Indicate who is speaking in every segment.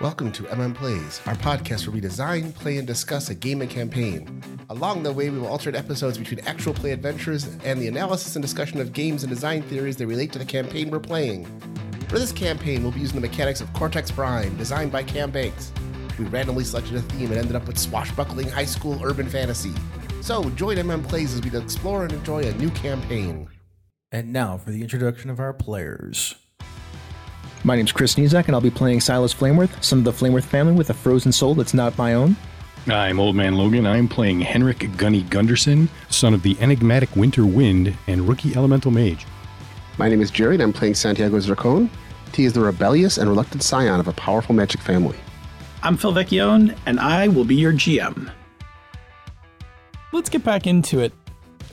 Speaker 1: Welcome to MM Plays, our podcast where we design, play, and discuss a game and campaign. Along the way, we will alternate episodes between actual play adventures and the analysis and discussion of games and design theories that relate to the campaign we're playing. For this campaign, we'll be using the mechanics of Cortex Prime, designed by Cam Banks. We randomly selected a theme and ended up with swashbuckling high school urban fantasy. So join MM Plays as we explore and enjoy a new campaign.
Speaker 2: And now for the introduction of our players.
Speaker 3: My name's Chris Nizak, and I'll be playing Silas Flameworth, son of the Flameworth family with a frozen soul that's not my own.
Speaker 4: I'm Old Man Logan. I'm playing Henrik Gunny Gunderson, son of the enigmatic Winter Wind and rookie elemental mage.
Speaker 5: My name is Jared. I'm playing Santiago Zircon. He is the rebellious and reluctant scion of a powerful magic family.
Speaker 6: I'm Phil Vecchione, and I will be your GM.
Speaker 7: Let's get back into it.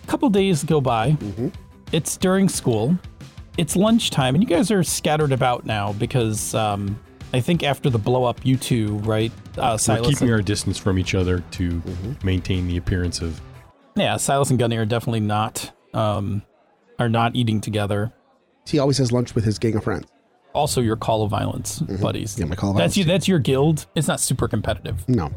Speaker 7: A couple days go by.
Speaker 5: Mm-hmm.
Speaker 7: It's during school. It's lunchtime, and you guys are scattered about now because um, I think after the blow up, you two, right? Uh,
Speaker 4: We're
Speaker 7: Silas
Speaker 4: keeping
Speaker 7: and-
Speaker 4: our distance from each other to maintain the appearance of
Speaker 7: yeah, Silas and Gunny are definitely not um, are not eating together.
Speaker 5: He always has lunch with his gang of friends.
Speaker 7: Also, your call of violence buddies.
Speaker 5: Mm-hmm. Yeah, my call of
Speaker 7: that's
Speaker 5: violence.
Speaker 7: you. That's your guild. It's not super competitive.
Speaker 5: No.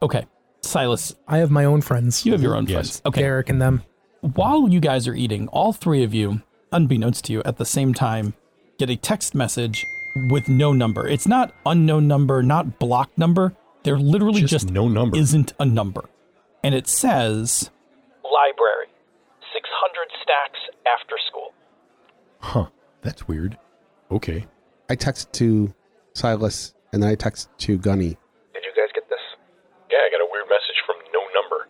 Speaker 7: Okay, Silas,
Speaker 8: I have my own friends,
Speaker 7: you have your own
Speaker 4: Yes.
Speaker 7: friends. Okay,
Speaker 8: Derek and them.
Speaker 7: while you guys are eating, all three of you, unbeknownst to you, at the same time, get a text message with no number. It's not unknown number, not block number. There literally
Speaker 4: Just
Speaker 7: just,
Speaker 4: no number.
Speaker 7: isn't a number. And it says
Speaker 9: Library. 600 stacks after school.
Speaker 4: huh, that's weird. Okay.
Speaker 5: I text to Silas and then I text to Gunny.
Speaker 10: Did you guys get this? Yeah, I got a weird message from no number.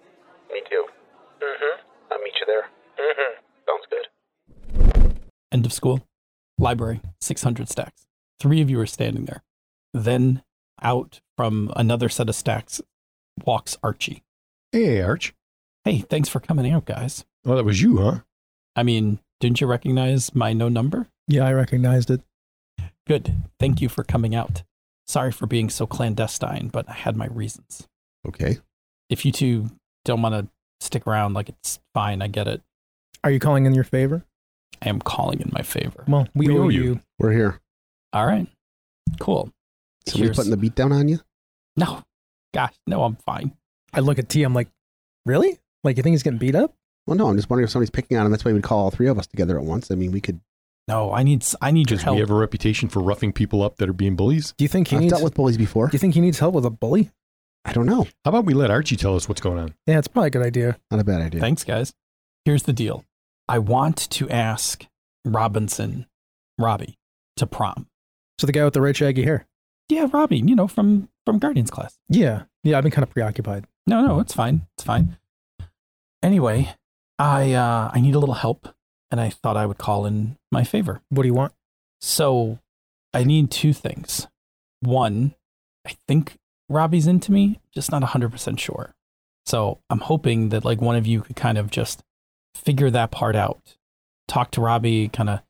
Speaker 10: Me too. Mm-hmm. I'll meet you there. Mm-hmm. Sounds good.
Speaker 7: end of school, library, 600 stacks. Three of you are standing there. Then out from another set of stacks walks Archie.
Speaker 4: Hey, Arch.
Speaker 7: Hey, thanks for coming out, guys.
Speaker 4: Oh, that was you, huh?
Speaker 7: I mean, didn't you recognize my no number?
Speaker 8: Yeah, I recognized it.
Speaker 7: Good. Thank you for coming out. Sorry for being so clandestine, but I had my reasons.
Speaker 5: Okay.
Speaker 7: If you two don't want to stick around, like it's fine. I get it.
Speaker 8: Are you calling in your favor?
Speaker 7: I am calling in my favor.
Speaker 8: Well, we, owe, you.
Speaker 5: We're here.
Speaker 7: All right. Cool.
Speaker 5: Somebody
Speaker 7: Here's-
Speaker 5: putting the beat down on you?
Speaker 7: no. Gosh, no, I'm fine.
Speaker 8: I look at T. I'm like, really? Like you think he's getting beat up?
Speaker 5: Well, no, I'm just wondering if somebody's picking on him. That's why we'd call all three of us together at once. I mean, we could.
Speaker 7: No, I need I need your
Speaker 4: Because we
Speaker 7: help.
Speaker 4: have a reputation for roughing people up that are being bullies.
Speaker 8: Do you think he
Speaker 5: I've
Speaker 8: needs?
Speaker 5: dealt with bullies before.
Speaker 8: do you think he needs help with a bully?
Speaker 5: I don't know.
Speaker 4: How about we let Archie tell us what's going on?
Speaker 8: Yeah, it's probably a good idea.
Speaker 5: Not a bad idea.
Speaker 7: Thanks, guys. Here's the deal. I want to ask Robinson, Robbie, to prom.
Speaker 8: So the guy with the red shaggy hair.
Speaker 7: Yeah, Robbie, you know, from from Guardians class.
Speaker 8: Yeah, yeah. I've been kind of preoccupied.
Speaker 7: No, no, it's fine. It's fine. Anyway, I uh, I need a little help, and I thought I would call in my favor.
Speaker 8: What do you want?
Speaker 7: So, I need two things. One, I think Robbie's into me, just not hundred percent sure. So I'm hoping that like one of you could kind of just figure that part out, talk to Robbie, kind of,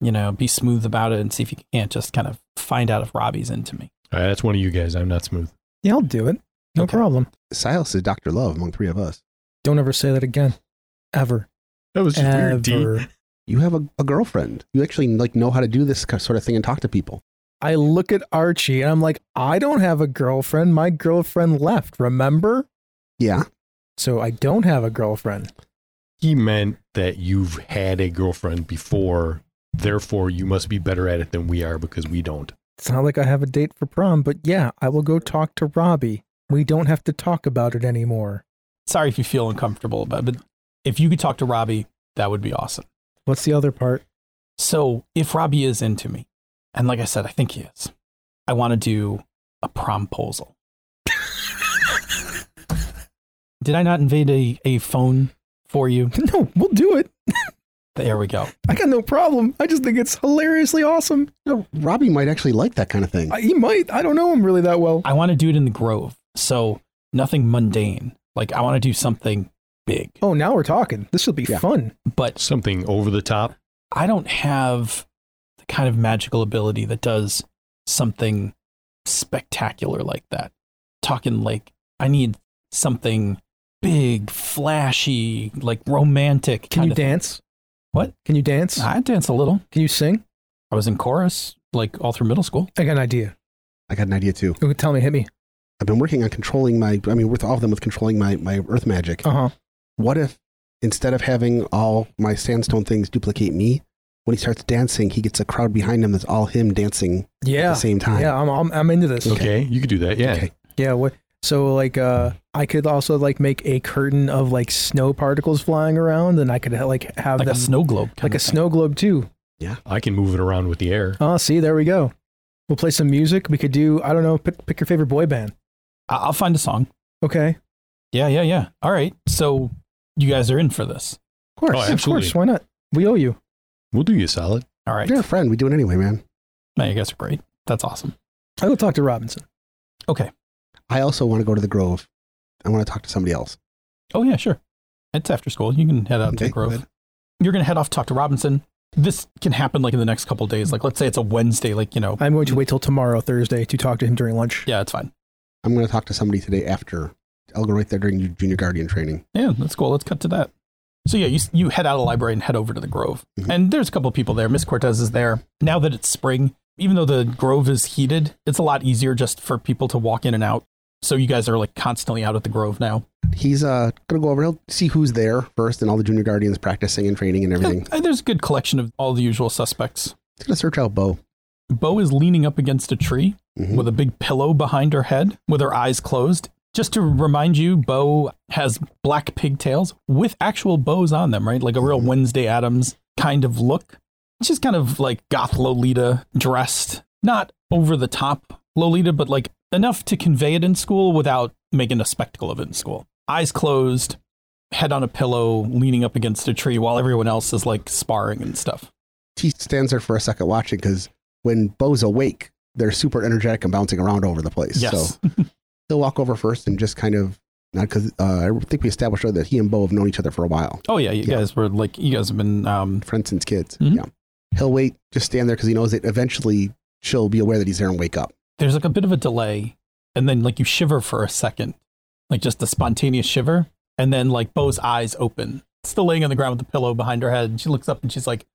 Speaker 7: you know, be smooth about it, and see if you can't just kind of find out if Robbie's into me.
Speaker 4: Uh, that's one of you guys. I'm not smooth.
Speaker 8: Yeah, I'll do it. No
Speaker 5: Okay.
Speaker 8: problem.
Speaker 5: Silas is Dr. Love among three of us.
Speaker 8: Don't ever say that again, ever,
Speaker 4: That was just
Speaker 8: ever.
Speaker 4: weird. D.
Speaker 5: You have a, a girlfriend. You actually like know how to do this sort of thing and talk to people.
Speaker 8: I look at Archie and I'm like, I don't have a girlfriend. My girlfriend left. Remember?
Speaker 5: Yeah.
Speaker 8: So I don't have a girlfriend.
Speaker 4: He meant that you've had a girlfriend before, therefore you must be better at it than we are because we don't.
Speaker 8: It's not like I have a date for prom, but yeah, I will go talk to Robbie. We don't have to talk about it anymore.
Speaker 7: Sorry if you feel uncomfortable about, but if you could talk to Robbie, that would be awesome.
Speaker 8: What's the other part?
Speaker 7: So if Robbie is into me, and like I said, I think he is, I want to do a promposal. Did I not invade a, a phone for you?
Speaker 8: No, we'll do it.
Speaker 7: There we go.
Speaker 8: I got no problem. I just think it's hilariously awesome.
Speaker 5: No, Robbie might actually like that kind of thing.
Speaker 8: I, he might. I don't know him really that well.
Speaker 7: I want to do it in the Grove. So nothing mundane. Like I want to do something big,
Speaker 8: Oh, now we're talking. This will be
Speaker 5: Yeah.
Speaker 8: fun.
Speaker 7: but
Speaker 4: Something over the top.
Speaker 7: I don't have the kind of magical ability that does something spectacular like that. Talking like I need something big, flashy, like romantic.
Speaker 8: Can
Speaker 7: kind
Speaker 8: you
Speaker 7: of thing.
Speaker 8: dance?
Speaker 7: What? Ah.
Speaker 8: Can you dance?
Speaker 7: I dance a little.
Speaker 8: Can you sing?
Speaker 7: I was in chorus like all through middle school.
Speaker 8: I got an idea.
Speaker 5: I I got an idea too.
Speaker 8: Ooh, tell me, hit me.
Speaker 5: I've been working on controlling my. I mean, with all of them, with controlling my my earth magic.
Speaker 8: Uh
Speaker 7: Uh-huh.
Speaker 8: huh.
Speaker 5: What if instead of having all my sandstone things duplicate me, when he starts dancing, he gets a crowd behind him that's all him dancing
Speaker 8: Yeah.
Speaker 5: at the same time.
Speaker 8: Yeah, I'm, I'm I'm into this.
Speaker 4: Okay, you could do that. Yeah.
Speaker 5: Okay.
Speaker 8: Yeah. What? So like, uh, I could also like make a curtain of like snow particles flying around, and I could like have
Speaker 7: Like
Speaker 8: them
Speaker 7: a snow globe. kind
Speaker 8: like a
Speaker 7: of thing.
Speaker 8: snow globe too.
Speaker 4: I can move it around with the air.
Speaker 8: Oh, see, there we go. We'll play some music. We could do I don't know. Pick, pick your favorite boy band.
Speaker 7: I- I'll find a song.
Speaker 8: Okay.
Speaker 7: Yeah, yeah, yeah. All right. So you guys are in for this.
Speaker 8: Of course.
Speaker 4: Oh,
Speaker 8: of
Speaker 4: absolutely.
Speaker 8: course. Why not? We owe you.
Speaker 4: We'll do you a solid.
Speaker 7: All right.
Speaker 5: You're a friend. We do it anyway, man.
Speaker 7: Man, you guys are great. That's awesome.
Speaker 8: I will talk to Robinson.
Speaker 7: Okay.
Speaker 5: I also want to go to the Grove. I want to talk to somebody else.
Speaker 7: Oh yeah, sure. It's after school. You can head out to
Speaker 5: Okay,
Speaker 7: the Grove.
Speaker 5: good.
Speaker 7: You're gonna head off talk to Robinson. This can happen like in the next couple
Speaker 5: Hmm.
Speaker 7: days. Like let's say it's a Wednesday. Like you know.
Speaker 8: I'm going to wait till tomorrow, Thursday, to talk to him during lunch.
Speaker 7: Yeah, it's fine.
Speaker 5: I'm going to talk to somebody today after. I'll go right there during your junior guardian training.
Speaker 7: Yeah, that's cool. Let's cut to that. So yeah, you you head out of the library and head over to the Grove,
Speaker 5: Mhm.
Speaker 7: and there's a couple people there. Miss Cortez is there. Now that it's spring, even though the Grove is heated, it's a lot easier just for people to walk in and out. So you guys are like constantly out at the Grove now.
Speaker 5: He's uh, going to go over. He'll see who's there first and all the junior guardians practicing and training and everything.
Speaker 7: And there's a good collection of all the usual suspects.
Speaker 5: He's going to search out Bo.
Speaker 7: Bo is leaning up against a tree
Speaker 5: Mhm.
Speaker 7: with a big pillow behind her head, with her eyes closed. Just to remind you, Bo has black pigtails with actual bows on them, right? Like a real Wednesday Adams kind of look. She's kind of like goth Lolita dressed, not over the top Lolita, but like enough to convey it in school without making a spectacle of it in school. Eyes closed, head on a pillow, leaning up against a tree while everyone else is like sparring and stuff.
Speaker 5: He stands there for a second watching because when Bo's awake, they're super energetic and bouncing around over the place.
Speaker 7: Yes.
Speaker 5: So he'll walk over first and just kind of, not because uh, I think we established earlier that he and Bo have known each other for a while.
Speaker 7: Oh yeah, you
Speaker 5: Yeah.
Speaker 7: guys were like you guys have been um
Speaker 5: friends since kids.
Speaker 7: Mhm.
Speaker 5: Yeah. He'll wait, just stand there because he knows that eventually she'll be aware that he's there and wake up.
Speaker 7: there's like a bit of a delay and then like you shiver for a second. Like just a spontaneous shiver and then like Bo's eyes open. Still laying on the ground with the pillow behind her head and she looks up and she's like,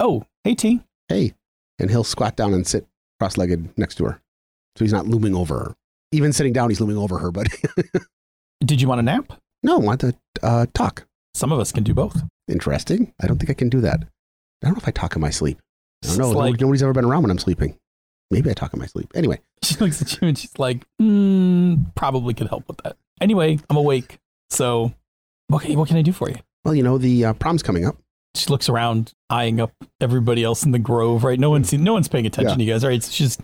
Speaker 7: "Oh, hey T."
Speaker 5: Hey. And he'll squat down and sit cross legged next to her. So he's not looming over her. Even sitting down, he's looming over her, but
Speaker 7: Did you want a nap?
Speaker 5: no, I want to uh, talk.
Speaker 7: Some of us can do both.
Speaker 5: Interesting. I don't think I can do that. I don't know if I talk in my sleep. I don't know.
Speaker 7: It's
Speaker 5: No-
Speaker 7: like-
Speaker 5: Nobody's ever been around when I'm sleeping. Maybe I talk in my sleep. Anyway,
Speaker 7: She looks at you and she's like, mm, "Probably could help with that." Anyway, I'm awake. So, okay, what can I do for you?
Speaker 5: well, you know, the uh, prom's coming up.
Speaker 7: she looks around, eyeing up everybody else in the grove. Right? No one's no one's paying attention to you guys. Right? So she's,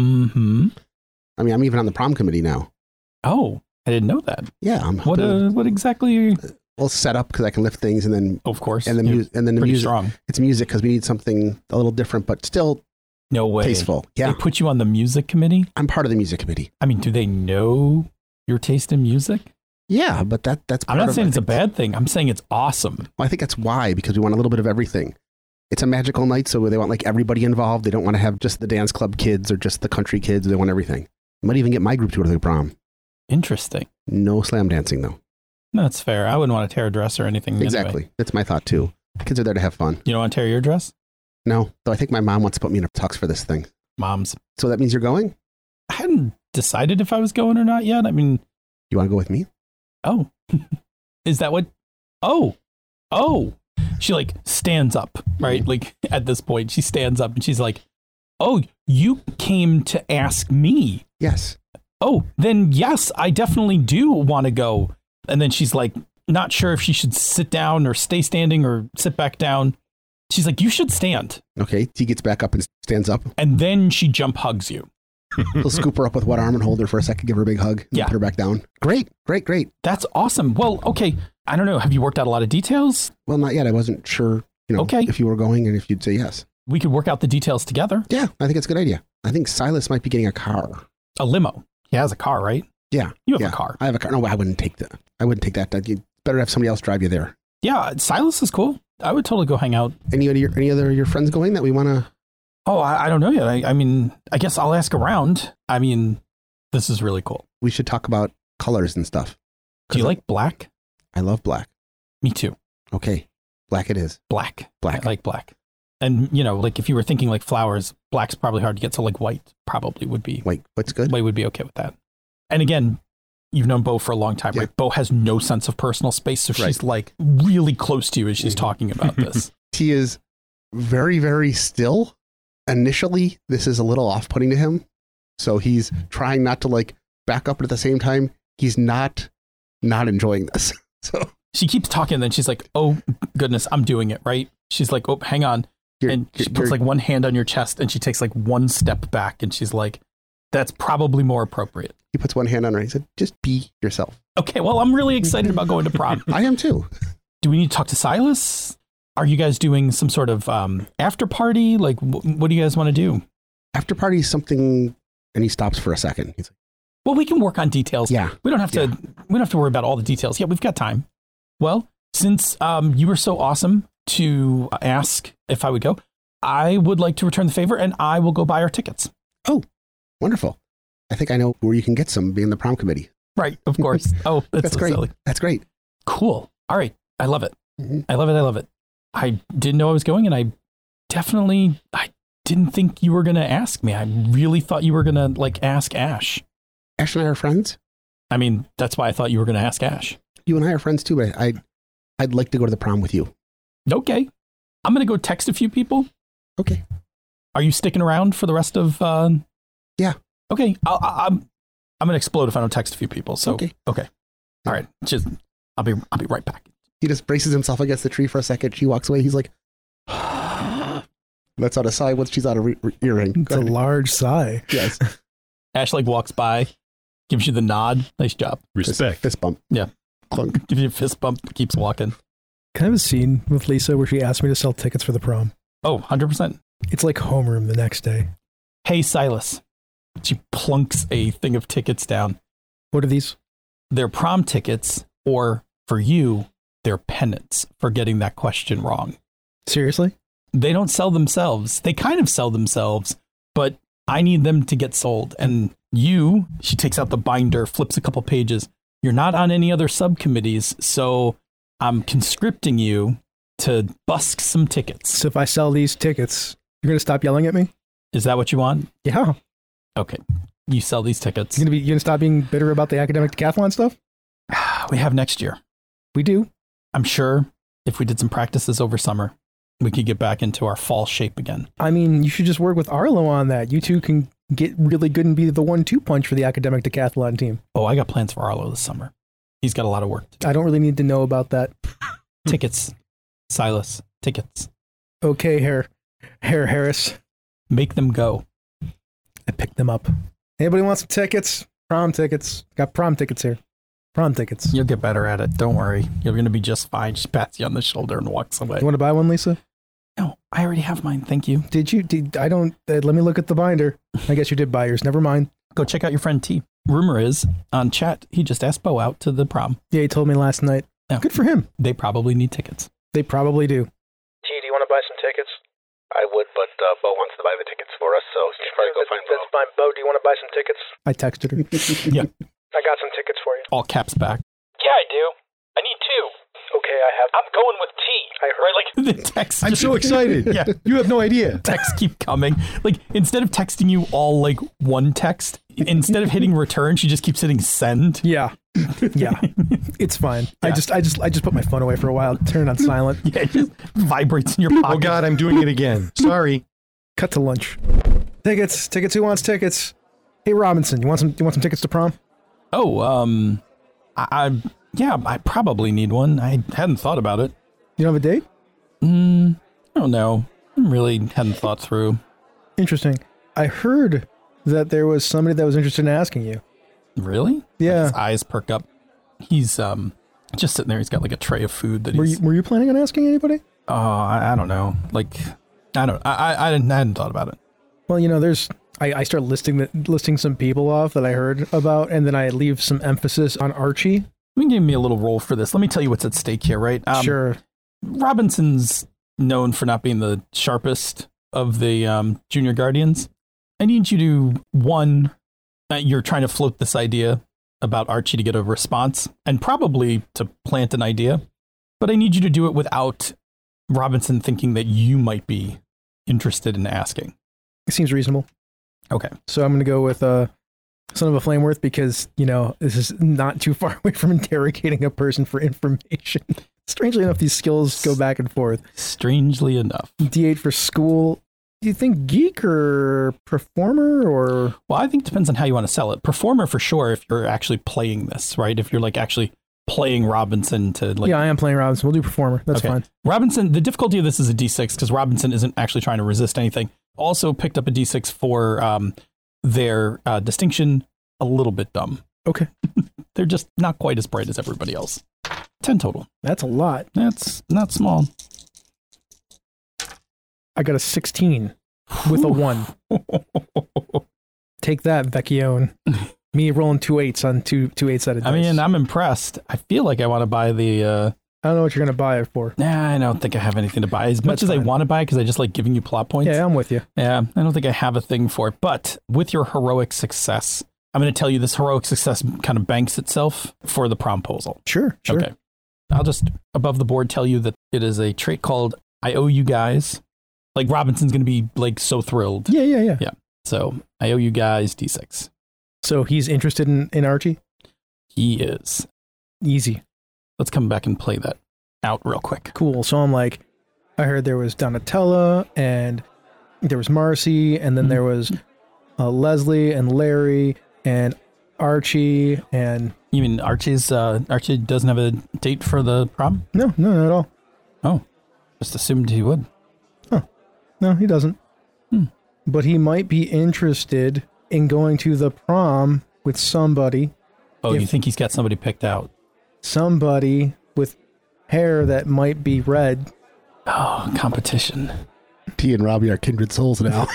Speaker 7: mm-hmm.
Speaker 5: I mean, I'm even on the prom committee now.
Speaker 7: Oh, I didn't know that.
Speaker 5: Yeah, I'm
Speaker 7: What uh, what exactly? Are you?
Speaker 5: well set up because I can lift things and then
Speaker 7: Of course.
Speaker 5: and then
Speaker 7: you're
Speaker 5: mu- and then the
Speaker 7: pretty
Speaker 5: music.
Speaker 7: strong.
Speaker 5: It's music because we need something a little different, but still
Speaker 7: No way.
Speaker 5: tasteful.
Speaker 7: They
Speaker 5: Yeah,
Speaker 7: put you on the music committee.
Speaker 5: I'm part of the music committee.
Speaker 7: I mean, do they know your taste in music?
Speaker 5: Yeah, but that that's.
Speaker 7: I'm
Speaker 5: part
Speaker 7: not
Speaker 5: of-
Speaker 7: saying
Speaker 5: I
Speaker 7: it's a
Speaker 5: think-
Speaker 7: bad thing. I'm saying it's awesome.
Speaker 5: Well, I think that's why because we want a little bit of everything. It's a magical night, so they want like everybody involved. They don't want to have just the dance club kids or just the country kids. They want everything. I might even get my group to go to the prom.
Speaker 7: Interesting.
Speaker 5: No slam dancing though.
Speaker 7: No, That's fair. I wouldn't want to tear a dress or anything. anyway.
Speaker 5: Exactly, that's my thought too. The kids are there to have fun.
Speaker 7: You don't want to tear your dress,
Speaker 5: No, though I think my mom wants to put me in a tux for this thing.
Speaker 7: moms.
Speaker 5: So that means you're going.
Speaker 7: I hadn't decided if I was going or not yet. I mean,
Speaker 5: You want to go with me?
Speaker 7: Oh, is that what? Oh, oh. She like stands up, right? Like at this point, she stands up and she's like, Oh, you came to ask me.
Speaker 5: Yes.
Speaker 7: Oh, then yes, I definitely do want to go. And then she's like, Not sure if she should sit down or stay standing or sit back down. She's like, You should stand.
Speaker 5: Okay. T gets back up and stands up.
Speaker 7: And then she jump hugs you.
Speaker 5: He'll scoop her up with one arm and hold her for a second, give her a big hug, and then
Speaker 7: Yeah.
Speaker 5: put her back down. Great, great, great.
Speaker 7: That's awesome. Well, okay. I don't know. Have you worked out a lot of details?
Speaker 5: Well, not yet. I wasn't sure, you know,
Speaker 7: Okay.
Speaker 5: if you were going and if you'd say yes.
Speaker 7: We could work out the details together.
Speaker 5: Yeah, I think it's a good idea. I think Silas might be getting a car.
Speaker 7: A limo. He has a car, right?
Speaker 5: Yeah,
Speaker 7: You have
Speaker 5: yeah.
Speaker 7: a car.
Speaker 5: I have a car. No, I wouldn't take that. I wouldn't take that. That- You better have somebody else drive you there.
Speaker 7: Yeah, Silas is cool. I would totally go hang out.
Speaker 5: Any of your any other of your friends going that we want to?
Speaker 7: Oh, I, I don't know yet. I, I mean, I guess I'll ask around. I mean, this is really cool.
Speaker 5: We should talk about colors and stuff.
Speaker 7: Do you
Speaker 5: 'Cause
Speaker 7: like black?
Speaker 5: I, I love black.
Speaker 7: Me too.
Speaker 5: Okay, black it is.
Speaker 7: Black.
Speaker 5: Black.
Speaker 7: I like black. And you know, like if you were thinking like flowers, black's probably hard to get. So like white probably would be
Speaker 5: white. What's good?
Speaker 7: White would be okay with that. And again, you've known Bo for a long time,
Speaker 5: Yeah.
Speaker 7: right? Bo has no sense of personal space, so she's
Speaker 5: Right.
Speaker 7: like really close to you as she's
Speaker 5: Mhm.
Speaker 7: talking about this.
Speaker 5: He is very, very still. Initially, this is a little off putting to him. So he's trying not to like back up, but at the same time, he's not not enjoying this. So
Speaker 7: she keeps talking, and then she's like, "Oh goodness, I'm doing it right." She's like, "Oh, hang on,"
Speaker 5: you're,
Speaker 7: and she
Speaker 5: you're-
Speaker 7: puts like one hand on your chest, and she takes like one step back, and she's like, "That's probably more appropriate."
Speaker 5: he puts one hand on her. He said, just be yourself.
Speaker 7: Okay, well, I'm really excited about going to prom.
Speaker 5: I am too.
Speaker 7: Do we need to talk to Silas? Are you guys doing some sort of um, after party? Like, wh- what do you guys want to do?
Speaker 5: After party is something, and he stops for a second. He's
Speaker 7: Well, we can work on details.
Speaker 5: like, yeah.
Speaker 7: We don't have to. We don't have to worry about all the details. Yeah, we've got time. Well, since um, you were so awesome to ask if I would go, I would like to return the favor, and I will go buy our tickets.
Speaker 5: Wonderful. I think I know where you can get some being the prom committee.
Speaker 7: Right, of course. Oh, that's,
Speaker 5: That's
Speaker 7: so
Speaker 5: great.
Speaker 7: silly.
Speaker 5: That's great.
Speaker 7: Cool. All right, I love it.
Speaker 5: Mhm.
Speaker 7: I love it. I love it. I didn't know I was going, and I definitely I didn't think you were gonna ask me. I really thought you were gonna like ask Ash.
Speaker 5: Ash and I are friends.
Speaker 7: I mean, that's why I thought you were gonna ask Ash.
Speaker 5: You and I are friends too, but I, I'd like to go to the prom with you.
Speaker 7: Okay, I'm gonna go text a few people.
Speaker 5: Okay.
Speaker 7: Are you sticking around for the rest of? Uh...
Speaker 5: Yeah.
Speaker 7: Okay. I'll, I- I'm I'm gonna explode if I don't text a few people. So
Speaker 5: Okay.
Speaker 7: all right, just I'll be I'll be right back.
Speaker 5: He just braces himself against the tree for a second. She walks away. He's like, lets out a sigh once she's out of re- re- earring.
Speaker 8: It's a large sigh.
Speaker 5: yes.
Speaker 7: Ash like walks by, gives you the nod. Nice job.
Speaker 5: Fist,
Speaker 4: Respect.
Speaker 5: fist bump.
Speaker 7: Yeah.
Speaker 5: Clunk.
Speaker 7: Gives you a fist bump. Keeps walking.
Speaker 8: Kind of a scene with Lisa where she asked me to sell tickets for the prom.
Speaker 7: Oh, 100%.
Speaker 8: It's like homeroom the next day.
Speaker 7: Hey, Silas. She plunks a thing of tickets down.
Speaker 8: What are these?
Speaker 7: They're prom tickets, or for you, they're pennants for getting that question wrong.
Speaker 8: Seriously?
Speaker 7: They don't sell themselves. They kind of sell themselves, but I need them to get sold. And you, she takes out the binder, flips a couple pages. You're not on any other subcommittees, so I'm conscripting you to busk some tickets.
Speaker 8: So if I sell these tickets, you're gonna stop yelling at me?
Speaker 7: Is that what you want?
Speaker 8: Yeah.
Speaker 7: Okay. You sell these tickets.
Speaker 8: You're gonna be you're gonna stop being bitter about the academic decathlon stuff?
Speaker 7: We have next year.
Speaker 8: We do.
Speaker 7: I'm sure if we did some practices over summer, we could get back into our fall shape again.
Speaker 8: I mean, you should just work with Arlo on that. You two can get really good and be the one-two punch for the academic decathlon team.
Speaker 7: Oh, I got plans for Arlo this summer. He's got a lot of work. to do.
Speaker 8: I don't really need to know about that.
Speaker 7: Tickets, Silas, tickets.
Speaker 8: Okay, Hair, Hair Harris,
Speaker 7: Make them go.
Speaker 8: I picked them up. Anybody want some tickets? Prom tickets. Got prom tickets here. Prom tickets.
Speaker 7: You'll get better at it. Don't worry. You're going to be just fine. She pats you on the shoulder and walks away.
Speaker 8: You want to buy one, Lisa?
Speaker 7: No, I already have mine. Thank you.
Speaker 8: Did you? Did, I don't. Uh, let me look at the binder. I guess you did buy yours. Never mind.
Speaker 7: Go check out your friend T. Rumor is on chat, he just asked Bo out to the prom.
Speaker 8: Yeah, he told me last night.
Speaker 7: Yeah.
Speaker 8: Good for him.
Speaker 7: They probably need tickets.
Speaker 8: They probably do.
Speaker 10: T, do you want to buy some tickets? I would, but uh, Bo wants to buy the tickets for us, so you should probably go find Bo. That's fine. Bo, do you want to buy some tickets?
Speaker 8: I texted her.
Speaker 10: I got some tickets for you.
Speaker 7: All caps back.
Speaker 9: Yeah, I do. I need two.
Speaker 10: Okay, I have.
Speaker 9: I'm going with T.
Speaker 10: I heard.
Speaker 9: Right, like
Speaker 7: the text.
Speaker 4: I'm so excited.
Speaker 7: Yeah.
Speaker 4: You have no idea.
Speaker 7: texts keep coming. Like instead of texting you all like one text, instead of hitting return, she just keeps hitting send.
Speaker 8: Yeah, yeah. It's fine. I
Speaker 7: Yeah.
Speaker 8: just, I just, I just put my phone away for a while. Turn it on silent.
Speaker 7: Yeah, it just vibrates in your pocket.
Speaker 4: Oh God, I'm doing it again. Sorry.
Speaker 8: Cut to lunch. Tickets. Tickets. Who wants tickets? Hey Robinson, you want some? You want some tickets to prom?
Speaker 7: Oh, um, I, I yeah, I probably need one. I hadn't thought about it.
Speaker 8: You don't have a date?
Speaker 7: Mm, I don't know. I really hadn't thought through.
Speaker 8: Interesting. I heard that there was somebody that was interested in asking you.
Speaker 7: Really?
Speaker 8: Yeah.
Speaker 7: His eyes perk up. He's um just sitting there. He's got like a tray of food that
Speaker 8: Were
Speaker 7: he's.
Speaker 8: you, were you planning on asking anybody?
Speaker 7: oh, I, I don't know. Like, I don't. I I, I, didn't, I hadn't thought about it.
Speaker 8: Well, you know, there's. I, I start listing the, listing some people off that I heard about, and then I leave some emphasis on Archie.
Speaker 7: You can give me a little roll for this. Let me tell you what's at stake here, right? Um,
Speaker 8: sure.
Speaker 7: Robinson's known for not being the sharpest of the um, junior guardians. I need you to one. Uh, you're trying to float this idea about Archie to get a response, and probably to plant an idea. But I need you to do it without Robinson thinking that you might be interested in asking.
Speaker 3: It seems reasonable.
Speaker 7: Okay.
Speaker 8: So I'm going to go with uh, Son of a Flameworth because, you know, this is not too far away from interrogating a person for information. Strangely enough, these skills go back and forth.
Speaker 7: Strangely enough.
Speaker 8: D8 for school. Do you think geek or performer or.
Speaker 7: Well, I think it depends on how you want to sell it. Performer for sure, if you're actually playing this, right? If you're like actually playing Robinson to like
Speaker 8: yeah, I am playing Robinson. We'll do performer. That's
Speaker 7: Okay.
Speaker 8: fine.
Speaker 7: Robinson, the difficulty of this is a D6 because Robinson isn't actually trying to resist anything. Also picked up a D6 for um, their uh, distinction. A little bit dumb.
Speaker 8: Okay.
Speaker 7: They're just not quite as bright as everybody else. 10 total.
Speaker 8: That's a lot.
Speaker 7: That's not small.
Speaker 8: I got a 16 with a 1. Take that, Vecchione. Me rolling two eights on two two eight sided
Speaker 7: I
Speaker 8: dice.
Speaker 7: mean, I'm impressed. I feel like I want to buy the. Uh,
Speaker 8: I don't know what you're going to buy it for.
Speaker 7: nah, I don't think I have anything to buy. As much
Speaker 8: That's
Speaker 7: as I
Speaker 8: fine.
Speaker 7: want to buy, because I just like giving you plot points.
Speaker 8: Yeah, I'm with you.
Speaker 7: Yeah, I don't think I have a thing for it. But with your heroic success, I'm going to tell you this heroic success kind of banks itself for the promposal.
Speaker 8: Sure, sure.
Speaker 7: Okay. I'll just above the board tell you that it is a trait called I owe you guys. Like Robinson's going to be like so thrilled.
Speaker 8: Yeah, yeah, yeah.
Speaker 7: So I owe you guys D6.
Speaker 8: So he's interested in, in Archie?
Speaker 7: He is.
Speaker 8: Easy.
Speaker 7: Let's come back and play that out real quick.
Speaker 8: Cool. So I'm like, I heard there was Donatella and there was Marcy and then there was uh, Leslie and Larry and Archie and
Speaker 7: You mean Archie's? Uh, Archie doesn't have a date for the prom?
Speaker 8: no, no, not at all.
Speaker 7: Just assumed he would.
Speaker 8: No, he doesn't. But he might be interested in going to the prom with somebody,
Speaker 7: Oh, you
Speaker 8: If-
Speaker 7: think he's got somebody picked out?
Speaker 8: somebody with hair that might be red.
Speaker 7: Oh, competition.
Speaker 5: T and Robbie are kindred souls now.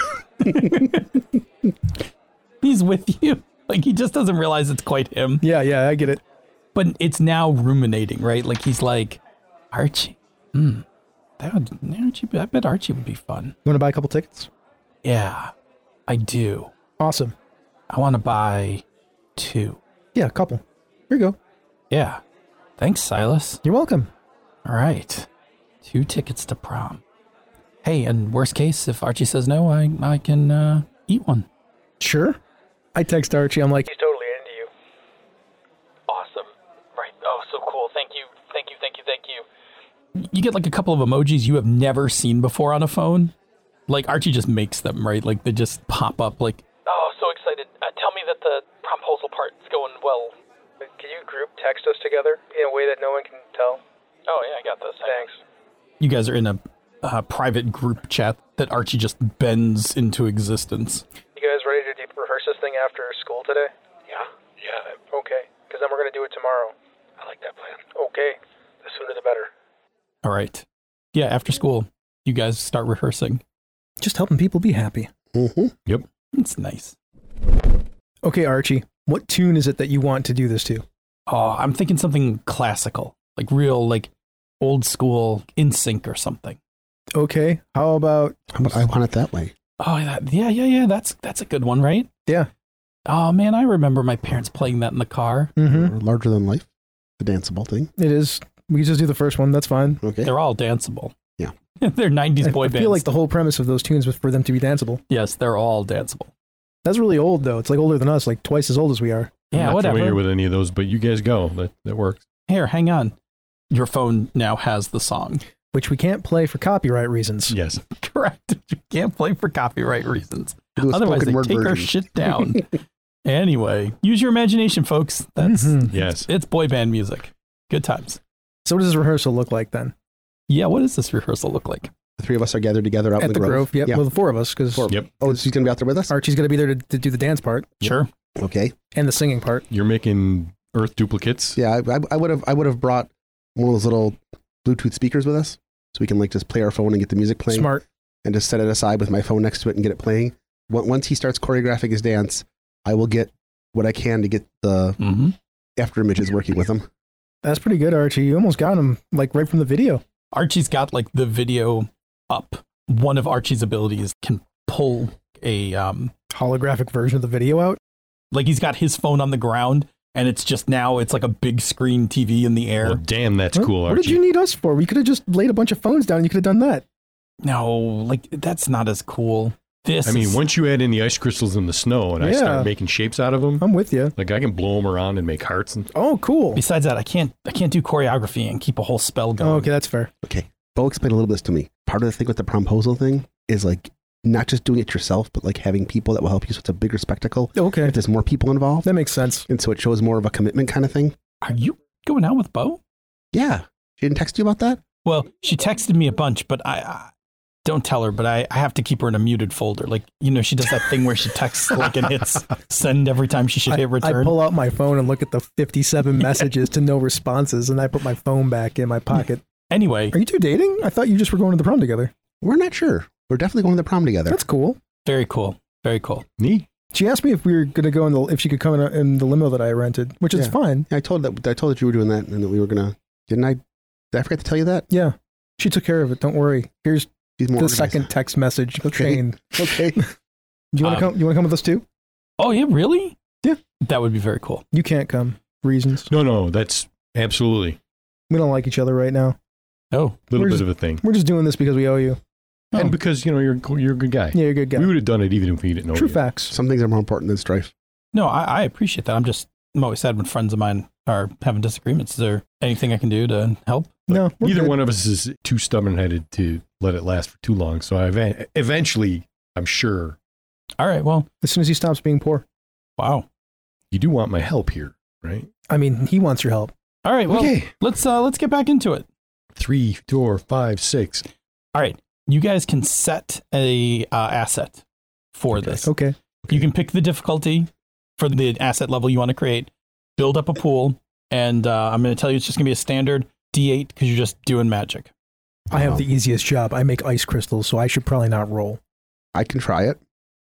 Speaker 7: He's with you. Like he just doesn't realize it's quite him.
Speaker 8: Yeah, yeah, I get it.
Speaker 7: But it's now ruminating, right? Like he's like, Archie. Hmm. That would Archie. I bet Archie would be fun.
Speaker 8: You want to buy a couple tickets?
Speaker 7: Yeah, I do.
Speaker 8: Awesome.
Speaker 7: I want to buy two.
Speaker 8: Yeah, a couple. Here you go.
Speaker 7: Yeah. Thanks, Silas.
Speaker 8: You're welcome.
Speaker 7: All right. Two tickets to prom. Hey, and worst case, if Archie says no, I I can uh, eat one.
Speaker 8: Sure. I text Archie. I'm like,
Speaker 9: He's totally into you. Awesome. Right. Oh, so cool. Thank you. Thank you. Thank you. Thank you.
Speaker 7: You get like a couple of emojis you have never seen before on a phone. Like Archie just makes them, right? Like they just pop up. Like
Speaker 9: Oh, so excited. Uh, tell me that the promposal part's going well. Can you group text us together in a way that no one can tell? Oh, yeah, I got this. Thanks.
Speaker 7: you guys are in a uh, private group chat that Archie just bends into existence.
Speaker 9: You guys ready to deep rehearse this thing after school today? Yeah. Yeah. Okay. Because then we're going to do it tomorrow. I like that plan. Okay. The sooner the better.
Speaker 7: All right. Yeah, after school, you guys start rehearsing.
Speaker 8: just helping people be happy.
Speaker 7: Mm-hmm. It's nice.
Speaker 8: Okay, Archie, what tune is it that you want to do this to?
Speaker 7: Oh, I'm thinking something classical, like real, like old school in sync or something.
Speaker 8: Okay, how about
Speaker 5: How about I want it that way?
Speaker 7: Oh, that, yeah, yeah, yeah. That's that's a good one, right?
Speaker 8: Yeah.
Speaker 7: Oh man, I remember my parents playing that in the car.
Speaker 8: Mhm.
Speaker 5: Or larger than life, the danceable thing.
Speaker 8: It is. We just do the first one. That's fine.
Speaker 5: Okay.
Speaker 7: They're all danceable.
Speaker 5: Yeah.
Speaker 7: they're '90s
Speaker 8: I-
Speaker 7: boy
Speaker 8: I
Speaker 7: bands.
Speaker 8: feel like the whole premise of those tunes was for them to be danceable.
Speaker 7: yes, they're all danceable.
Speaker 8: That's really old though. It's like older than us, like twice as old as we are.
Speaker 4: I'm
Speaker 7: Yeah,
Speaker 4: not
Speaker 7: whatever.
Speaker 4: familiar with any of those, but you guys go. That that works.
Speaker 7: Here, hang on. Your phone now has the song.
Speaker 8: Which we can't play for copyright reasons.
Speaker 4: Yes.
Speaker 7: Correct. You can't play for copyright reasons.
Speaker 5: Do a
Speaker 7: Otherwise,
Speaker 5: spoken
Speaker 7: they
Speaker 5: word
Speaker 7: take our
Speaker 5: version.
Speaker 7: shit down. anyway, use your imagination, folks. That's
Speaker 5: Mm-hmm.
Speaker 8: Mhm.
Speaker 4: Yes.
Speaker 7: it's boy band music. Good times.
Speaker 8: So what does this rehearsal look like then?
Speaker 7: Yeah, what does this rehearsal look like?
Speaker 5: The three of us are gathered together out
Speaker 8: At
Speaker 5: in
Speaker 8: the,
Speaker 5: the
Speaker 8: Grove. Yep.
Speaker 5: Yeah.
Speaker 8: Well, the four of us because
Speaker 5: Four.
Speaker 4: Yep.
Speaker 5: oh, she's gonna be out there with us.
Speaker 8: Archie's gonna be there to, to do the dance part
Speaker 7: Sure.
Speaker 5: Okay.
Speaker 8: and the singing part.
Speaker 4: You're making earth duplicates.
Speaker 5: Yeah, I- I- I would have. I would have brought one of those little Bluetooth speakers with us, so we can like just play our phone and get the music playing,
Speaker 8: Smart.
Speaker 5: and just set it aside with my phone next to it and get it playing. Once once he starts choreographing his dance, I will get what I can to get the
Speaker 7: Mm-hmm.
Speaker 5: after images working with him.
Speaker 8: That's pretty good, Archie. You almost got him like right from the video.
Speaker 7: Archie's got like the video up. One of Archie's abilities can pull a um
Speaker 8: Holographic version of the video out.
Speaker 7: like he's got his phone on the ground and it's just now it's like a big screen TV in the air.
Speaker 4: Well, damn, that's
Speaker 8: What-
Speaker 4: cool,
Speaker 8: What
Speaker 4: Archie.
Speaker 8: did you need us for? We could have just laid a bunch of phones down. and You could have done that.
Speaker 7: No, like that's not as cool. This
Speaker 4: I mean,
Speaker 7: is-
Speaker 4: once you add in the ice crystals in the snow and I
Speaker 7: Yeah.
Speaker 4: start making shapes out of them,
Speaker 8: I'm with you.
Speaker 4: Like I can blow them around and make hearts and
Speaker 8: Oh, cool. Oh,
Speaker 7: Besides that, I can't I can't do choreography and keep a whole spell going.
Speaker 8: okay, that's fair.
Speaker 5: Okay. Bo explained a little bit this to me. Part of the thing with the promposal thing is like not just doing it yourself, but like having people that will help you. So it's a bigger spectacle.
Speaker 8: Okay.
Speaker 5: If there's more people involved,
Speaker 8: that makes sense.
Speaker 5: And so it shows more of a commitment kind of thing.
Speaker 7: Are you going out with Bo?
Speaker 5: Yeah. She didn't text you about that?
Speaker 7: Well, she texted me a bunch, but I, I don't tell her. But I, I have to keep her in a muted folder. Like you know, she does that thing where she texts like and hits send every time she should
Speaker 8: I,
Speaker 7: hit return.
Speaker 8: I pull out my phone and look at the 57 messages to no responses, and I put my phone back in my pocket.
Speaker 7: Anyway,
Speaker 8: are you two dating? I thought you just were going to the prom together.
Speaker 5: We're not sure. We're definitely going to the prom together.
Speaker 8: That's cool.
Speaker 7: Very cool. Very cool.
Speaker 4: Neat.
Speaker 8: She asked me if we were going to go in the if she could come in, uh, in the limo that I rented, which is
Speaker 5: Yeah.
Speaker 8: fine.
Speaker 5: I told that I told that you were doing that and that we were gonna didn't I did I forget to tell you that?
Speaker 8: Yeah, she took care of it. Don't worry. Here's
Speaker 5: She's more
Speaker 8: the
Speaker 5: organized.
Speaker 8: second text message chain.
Speaker 5: Okay.
Speaker 8: Do you
Speaker 7: Um,
Speaker 8: want to come? You want to come with us too?
Speaker 7: Oh yeah, really?
Speaker 8: Yeah.
Speaker 7: That would be very cool.
Speaker 8: You can't come. Reasons.
Speaker 4: No, no, that's absolutely
Speaker 8: We don't like each other right now.
Speaker 7: Oh,
Speaker 4: a little
Speaker 8: We're
Speaker 4: bit
Speaker 8: just-
Speaker 4: of a thing.
Speaker 8: We're just doing this because we owe you.
Speaker 4: And because you know you're a cool- you're a good guy.
Speaker 8: Yeah, you're a good guy.
Speaker 4: We would have done it even if we didn't know.
Speaker 8: True
Speaker 4: you.
Speaker 8: facts.
Speaker 5: Some things are more important than strife.
Speaker 7: No, I, I appreciate that. I'm just I'm always sad when friends of mine are having disagreements. Is there anything I can do to help?
Speaker 8: No, we're
Speaker 4: Neither
Speaker 8: good.
Speaker 4: one of us is too stubborn headed to let it last for too long. So I ev- eventually, I'm sure
Speaker 7: All right. Well,
Speaker 8: As soon as he stops being poor,
Speaker 7: wow.
Speaker 4: you do want my help here, right?
Speaker 8: I mean, he wants your help.
Speaker 7: All right. Well,
Speaker 4: Okay.
Speaker 7: let's uh, let's get back into it.
Speaker 4: Three, four, five, six.
Speaker 7: All right. You guys can set a uh, asset for this.
Speaker 8: Okay.
Speaker 7: You can pick the difficulty for the asset level you want to create, build up a pool, and uh, I'm going to tell you it's just going to be a standard D8 because you're just doing magic.
Speaker 8: I have the
Speaker 5: Um,
Speaker 8: easiest job. I make ice crystals, so I should probably not roll.
Speaker 5: I can try it.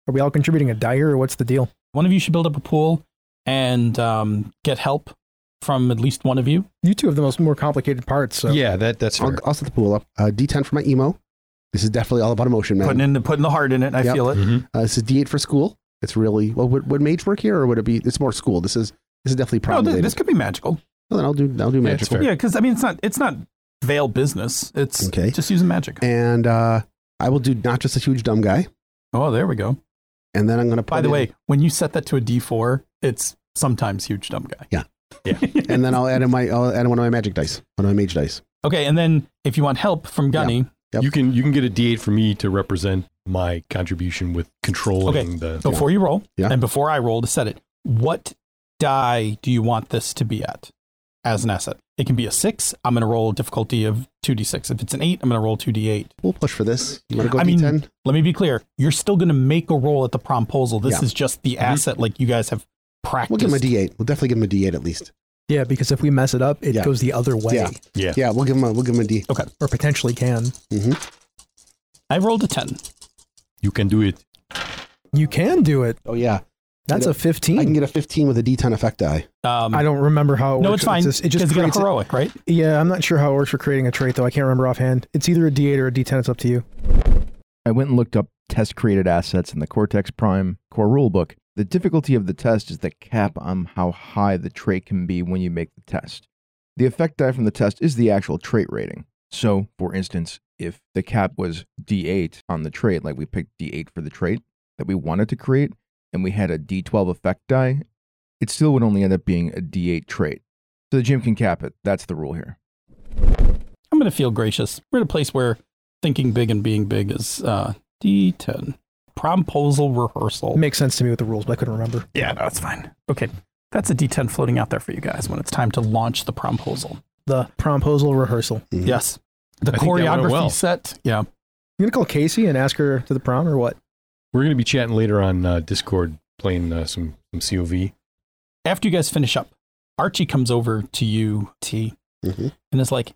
Speaker 8: Are we all contributing a die here, or what's the deal?
Speaker 7: One of you should build up a pool and um, get help from at least one of you.
Speaker 8: You two have the most more complicated parts. So
Speaker 4: Yeah, that that's fair.
Speaker 5: I'll, I'll set the pool up. Uh, D10 for my emo. This is definitely all about emotion, man.
Speaker 7: Putting in the putting the heart in it. I
Speaker 5: Yep.
Speaker 7: feel it.
Speaker 4: Mhm.
Speaker 5: Uh, this is D8 for school. It's really well. Would, would mage work here, or would it be? It's more school. This is this is definitely
Speaker 7: No,
Speaker 5: problem.
Speaker 7: th-
Speaker 5: related.
Speaker 7: this could be magical.
Speaker 5: Well, then I'll do I'll do
Speaker 4: Yeah, it's
Speaker 5: magical.
Speaker 4: Fair.
Speaker 7: Yeah, because I mean, it's not it's not veil business. It's
Speaker 5: Okay.
Speaker 7: just using magic.
Speaker 5: and uh, I will do not just a huge dumb guy,
Speaker 7: Oh, there we go.
Speaker 5: and then I'm gonna. Put
Speaker 7: By the
Speaker 5: in-
Speaker 7: way, when you set that to a D4, it's sometimes huge dumb guy. Yeah.
Speaker 5: Yeah. and then I'll add in my I'll add in one of my magic dice, one of my mage dice.
Speaker 7: okay, and then if you want help from Gunny,
Speaker 5: Yep.
Speaker 4: You can you can get a D8 for me to represent my contribution with controlling the.
Speaker 7: before you roll
Speaker 5: Yeah.
Speaker 7: and before I roll to set it, what die do you want this to be at as an asset? It can be a 6. I'm going to roll a difficulty of 2d6. If it's an 8, I'm going to roll 2d8.
Speaker 5: We'll push for this. You wanna go
Speaker 7: I mean,
Speaker 5: D10?
Speaker 7: Let me be clear. You're still going to make a roll at the promposal. This
Speaker 5: Yeah. Mm-hmm.
Speaker 7: is just the asset like you guys have practiced.
Speaker 5: we'll give him a D8. We'll definitely give him a D8 at least.
Speaker 8: yeah, because if we mess it up, it
Speaker 5: Yeah.
Speaker 8: goes the other way,
Speaker 5: Yeah.
Speaker 4: Yeah.
Speaker 5: Yeah, we'll give him a we'll give him a D.
Speaker 8: or potentially can.
Speaker 7: I rolled a 10.
Speaker 4: You can do it.
Speaker 8: You can do it.
Speaker 5: Oh yeah,
Speaker 8: That's
Speaker 5: I know.
Speaker 8: a
Speaker 5: I can
Speaker 8: fifteen.
Speaker 5: get a 15 with a D10 effect die.
Speaker 7: Um,
Speaker 8: I don't remember how it
Speaker 7: no,
Speaker 8: works.
Speaker 7: it's fine.
Speaker 8: just- it just
Speaker 7: because you got
Speaker 8: creates.
Speaker 7: a heroic, right?
Speaker 8: yeah, I'm not sure how it works for creating a trait though. I can't remember offhand. It's either a D8 or a D10. It's up to you.
Speaker 11: I went and looked up test created assets in the Cortex Prime core rulebook. The difficulty of the test is the cap on how high the trait can be when you make the test. The effect die from the test is the actual trait rating. So, for instance, if the cap was D8 on the trait, like we picked D8 for the trait that we wanted to create, and we had a D12 effect die, it still would only end up being a D8 trait. So the gym can cap it. That's the rule here.
Speaker 7: I'm going to feel gracious. We're at a place where thinking big and being big is uh, D10. Promposal rehearsal.
Speaker 5: Oh.
Speaker 8: It makes sense to me with the rules, but I couldn't remember.
Speaker 7: yeah, no, that's fine. Okay. That's a D10 floating out there for you guys when it's time to launch the promposal.
Speaker 8: The promposal rehearsal.
Speaker 5: Mhm.
Speaker 7: Yes. The
Speaker 4: I think that went
Speaker 7: choreography
Speaker 4: well.
Speaker 7: set. Yeah.
Speaker 8: You gonna call Casey and ask her to the prom or what?
Speaker 4: We're gonna be chatting later on uh, Discord, playing uh, some some COV.
Speaker 7: After you guys finish up, Archie comes over to you, T,
Speaker 5: Mhm.
Speaker 7: and is like,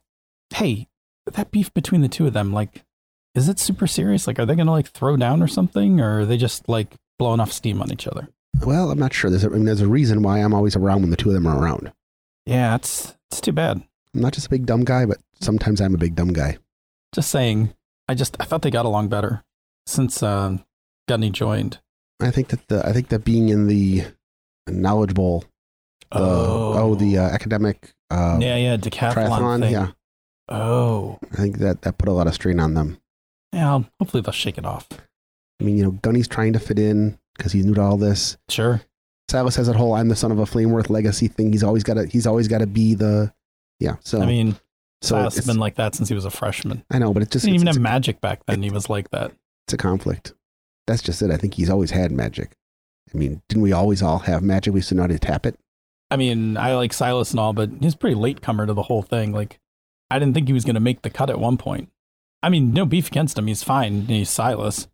Speaker 7: hey, that beef between the two of them, like, is it super serious? Like, are they going to like throw down or something? Or are they just like blowing off steam on each other?
Speaker 5: Well, I'm not sure. There's a, I mean, there's a reason why I'm always around when the two of them are around.
Speaker 7: Yeah, it's, it's too bad.
Speaker 5: I'm not just a big dumb guy, but sometimes I'm a big dumb guy.
Speaker 7: just saying i just i thought they got along better since uh, gunny joined
Speaker 5: I think that the I think that being in the knowledge bowl, the, oh. the uh, academic uh,
Speaker 7: yeah yeah decathlon
Speaker 5: triathlon,
Speaker 7: thing.
Speaker 5: yeah,
Speaker 7: oh
Speaker 5: I think that that put a lot of strain on them.
Speaker 7: Yeah, hopefully they'll shake it off.
Speaker 5: I mean, you know, Gunny's trying to fit in because he's new to all this.
Speaker 7: Sure.
Speaker 5: Silas has that whole "I'm the son of a Flameworth" legacy thing. He's always got to. He's always got to be the. Yeah. So
Speaker 7: I mean,
Speaker 5: so
Speaker 7: Silas has
Speaker 5: it's-
Speaker 7: been like that since he was a freshman.
Speaker 5: I know, but it just
Speaker 7: he didn't
Speaker 5: it's,
Speaker 7: even
Speaker 5: it's
Speaker 7: have
Speaker 5: a-
Speaker 7: magic back then. He was like that.
Speaker 5: it's a conflict. That's just it. I think he's always had magic. I mean, didn't we always all have magic? We used to know how to tap it.
Speaker 7: I mean, I like Silas and all, but he's a pretty late comer to the whole thing. Like, I didn't think he was going to make the cut at one point. I mean, no beef against him. He's fine. He's Silas,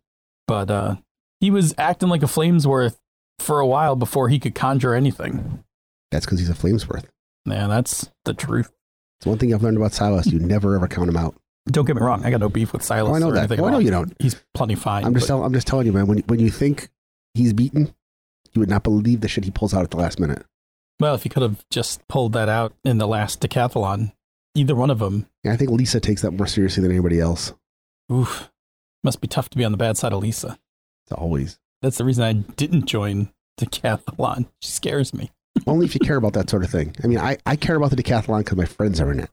Speaker 7: but uh, he was acting like a Flamesworth for a while before he could conjure anything.
Speaker 5: That's because he's a Flamesworth.
Speaker 7: Man, that's the truth.
Speaker 5: It's one thing I've learned about Silas. You never ever count him out.
Speaker 7: Don't get me wrong. I got no beef with Silas.
Speaker 5: Oh, I know
Speaker 7: or
Speaker 5: that.
Speaker 7: anything
Speaker 5: Oh, I
Speaker 7: at
Speaker 5: know
Speaker 7: all.
Speaker 5: you don't.
Speaker 7: He's plenty fine.
Speaker 5: I'm just
Speaker 7: but-
Speaker 5: telling. I'm just telling you, man. When when you think he's beaten, you would not believe the shit he pulls out at the last minute.
Speaker 7: well, if he could have just pulled that out in the last decathlon, either one of them,
Speaker 5: Yeah, I think Lisa takes that more seriously than anybody else.
Speaker 7: oof, must be tough to be on the bad side of Lisa.
Speaker 5: It's always
Speaker 7: That's the reason I didn't join decathlon. She scares me.
Speaker 5: only if you care about that sort of thing. I mean, I, I care about the decathlon because my friends are in it.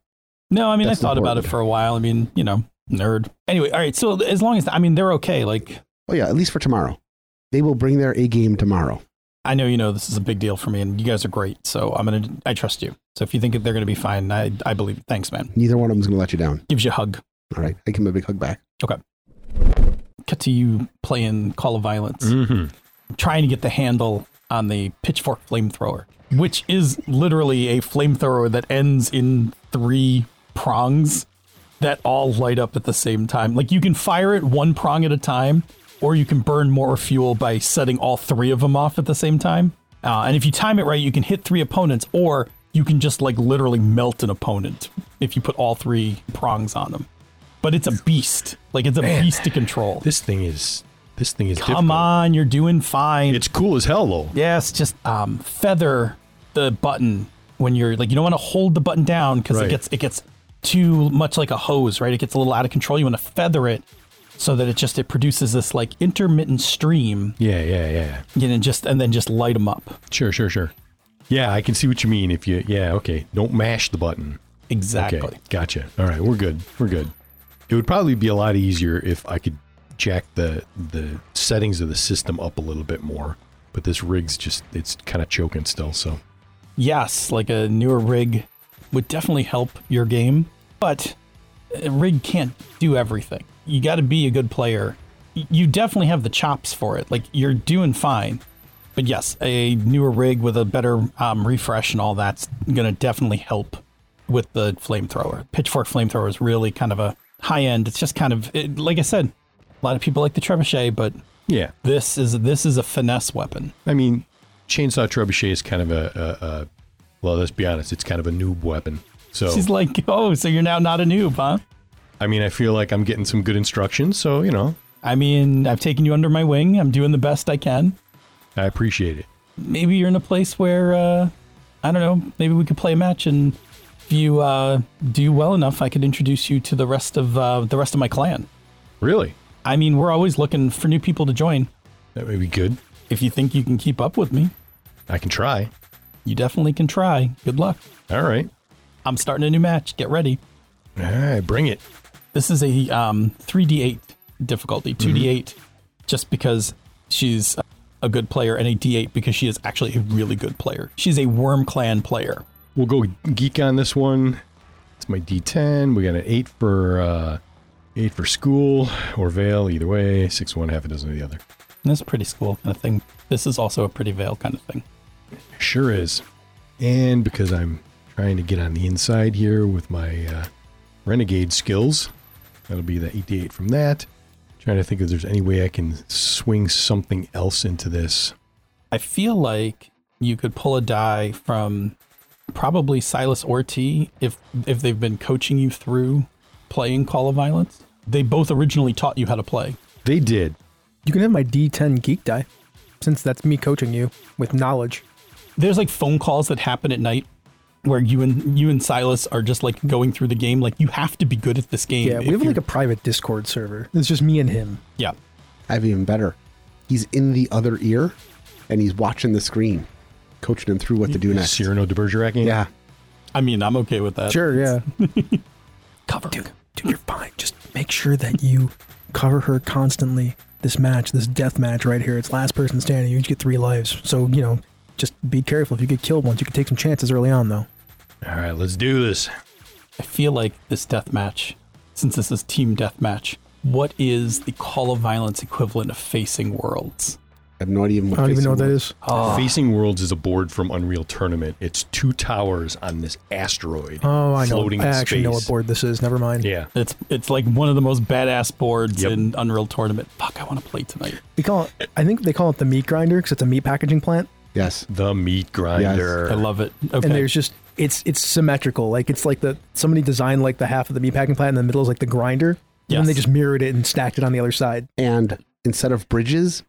Speaker 7: No, I mean,
Speaker 5: That's
Speaker 7: I thought about it
Speaker 5: important.
Speaker 7: for a while. I mean, you know, nerd. Anyway, all right. So as long as I mean, they're okay. Like
Speaker 5: Oh yeah, at least for tomorrow, they will bring their A game tomorrow.
Speaker 7: I know you know this is a big deal for me, and you guys are great. So I'm gonna I trust you. So if you think they're gonna be fine, I I believe. you. Thanks, man.
Speaker 5: Neither one of them's going to let you down.
Speaker 7: Gives you a hug.
Speaker 5: All right, I give him a big hug back.
Speaker 7: Okay. Cut to you playing Call of Violence, trying to get the handle on the pitchfork flamethrower, which is literally a flamethrower that ends in three prongs that all light up at the same time. Like you can fire it one prong at a time, or you can burn more fuel by setting all three of them off at the same time. Uh, and if you time it right, you can hit three opponents, or you can just like literally melt an opponent if you put all three prongs on them. But it's a beast. Like it's a
Speaker 4: Man.
Speaker 7: beast to control.
Speaker 4: This thing is this thing is
Speaker 7: Come
Speaker 4: difficult.
Speaker 7: on, you're doing fine.
Speaker 4: It's cool as hell though.
Speaker 7: Yes, just um, feather the button when you're like you don't want to hold the button down because
Speaker 4: Right.
Speaker 7: it gets it gets too much like a hose, right? It gets a little out of control. You want to feather it so that it just it produces this like intermittent stream,
Speaker 4: Yeah, yeah, yeah.
Speaker 7: you know, just and then just light them up.
Speaker 4: Sure, sure, sure. Yeah, I can see what you mean if you yeah, okay. Don't mash the button.
Speaker 7: Exactly.
Speaker 4: Okay, gotcha. All right, we're good. We're good. It would probably be a lot easier if I could jack the the settings of the system up a little bit more. But this rig's just it's kind of choking still, so
Speaker 7: yes, like a newer rig would definitely help your game, but a rig can't do everything. You got to be a good player. Y- You definitely have the chops for it. Like you're doing fine. But yes, a newer rig with a better um, refresh and all that's going to definitely help with the flamethrower. Pitchfork flamethrower is really kind of a high end. It's just kind of it, like I said, a lot of people like the trebuchet, but
Speaker 4: yeah.
Speaker 7: this is this is a finesse weapon.
Speaker 4: I mean, chainsaw trebuchet is kind of a, a, a well. Let's be honest, it's kind of a noob weapon. So
Speaker 7: She's like, "Oh, so you're now not a noob, huh?"
Speaker 4: I mean, I feel like I'm getting some good instruction. So you know,
Speaker 7: I mean, I've taken you under my wing. I'm doing the best I can.
Speaker 4: I appreciate it.
Speaker 7: Maybe you're in a place where, uh, I don't know, maybe we could play a match, and if you uh, do well enough, I could introduce you to the rest of uh, the rest of my clan.
Speaker 4: Really,
Speaker 7: I mean, we're always looking for new people to join.
Speaker 4: that would be good.
Speaker 7: If you think you can keep up with me,
Speaker 4: I can try.
Speaker 7: you definitely can try. Good luck.
Speaker 4: All right,
Speaker 7: I'm starting a new match. Get ready.
Speaker 4: all right, bring it.
Speaker 7: This is a um, 3d8 difficulty, 2d8 just because she's a good player, and a d8 because she is actually a really good player. She's a Worm Clan player.
Speaker 4: We'll go geek on this one. It's my D10. We got an eight for uh, eight for school or veil. Either way, six one half a dozen of the other.
Speaker 7: And That's a pretty school kind of thing. This is also a pretty veil kind of thing.
Speaker 4: Sure is. And because I'm trying to get on the inside here with my uh, renegade skills, that'll be the 88 from that. Trying to think if there's any way I can swing something else into this.
Speaker 7: I feel like you could pull a die from probably Silas or T if if they've been coaching you through playing Call of Violence. They both originally taught you how to play.
Speaker 4: They did.
Speaker 8: You can have my D10 geek die, since that's me coaching you with knowledge.
Speaker 7: there's like phone calls that happen at night where you and you and Silas are just like going through the game. Like you have to be good at this game.
Speaker 8: Yeah, we have like a private Discord server. It's just me and him.
Speaker 7: yeah.
Speaker 5: I have even better. He's in the other ear, and he's watching the screen, coaching him through what to do next.
Speaker 4: Cyrano de Bergerac. game?
Speaker 5: Yeah,
Speaker 7: I mean, I'm okay with that.
Speaker 8: Sure, yeah.
Speaker 7: Cover.
Speaker 8: Dude, you're fine. Just make sure that you cover her constantly. This match, this death match right here, it's last person standing. You get three lives. So, you know, just be careful. If you get killed once, you can take some chances early on, though.
Speaker 4: All right, let's do this.
Speaker 7: I feel like this death match, since this is team death match, what is the Call of Violence equivalent of Facing Worlds?
Speaker 5: I have no idea.
Speaker 8: I don't even know what that is.
Speaker 4: Facing Worlds is a board from Unreal Tournament. It's two towers on this asteroid.
Speaker 8: Oh, I know.
Speaker 4: floating
Speaker 8: I
Speaker 4: in
Speaker 8: actually
Speaker 4: space.
Speaker 8: know what board this is. Never mind.
Speaker 4: Yeah.
Speaker 7: It's it's like one of the most badass boards in Unreal Tournament. Fuck, I want to play tonight.
Speaker 8: We call it. I think they call it the meat grinder because it's a meat packaging plant.
Speaker 5: Yes.
Speaker 4: The meat grinder.
Speaker 7: I love it. Okay.
Speaker 8: And there's just it's it's symmetrical. Like it's like the somebody designed like the half of the meat packing plant, and the middle is like the grinder. And then
Speaker 5: Yes.
Speaker 8: they just mirrored it and stacked it on the other side.
Speaker 5: And instead of bridges,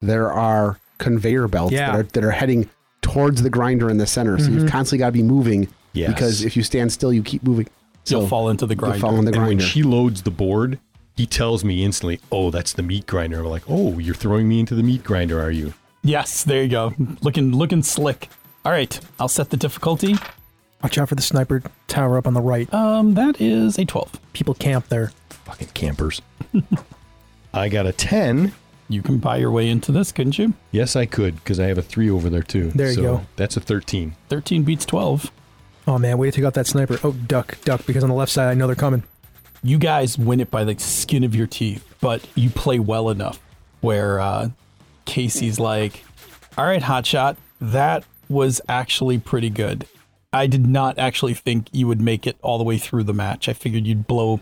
Speaker 5: there are conveyor belts
Speaker 8: Yeah.
Speaker 5: that, are, that are heading towards the grinder in the center. So
Speaker 8: Mhm.
Speaker 5: you've constantly got to be moving
Speaker 4: Yes.
Speaker 5: because if you stand still, you keep moving. So
Speaker 7: You'll fall into the
Speaker 5: you'll
Speaker 7: grinder.
Speaker 5: fall in the
Speaker 4: And when
Speaker 5: grinder.
Speaker 4: she loads the board, he tells me instantly, "Oh, that's the meat grinder." I'm like, "Oh, you're throwing me into the meat grinder, are you?"
Speaker 7: Yes, there you go. Looking looking slick. All right, I'll set the difficulty.
Speaker 8: Watch out for the sniper tower up on the right.
Speaker 7: Um, that is a twelve.
Speaker 8: People camp there.
Speaker 4: Fucking campers. I got a ten.
Speaker 7: You can buy your way into this, couldn't you?
Speaker 4: Yes, I could because I have a three over there too.
Speaker 8: There you
Speaker 4: So
Speaker 8: go.
Speaker 4: That's a thirteen.
Speaker 7: Thirteen beats twelve.
Speaker 8: Oh man, way to take out that sniper. Oh duck, duck, because on the left side I know they're coming.
Speaker 7: You guys win it by the skin of your teeth, but you play well enough where uh, Casey's like, "All right, hotshot, that was actually pretty good. I did not actually think you would make it all the way through the match. I figured you'd blow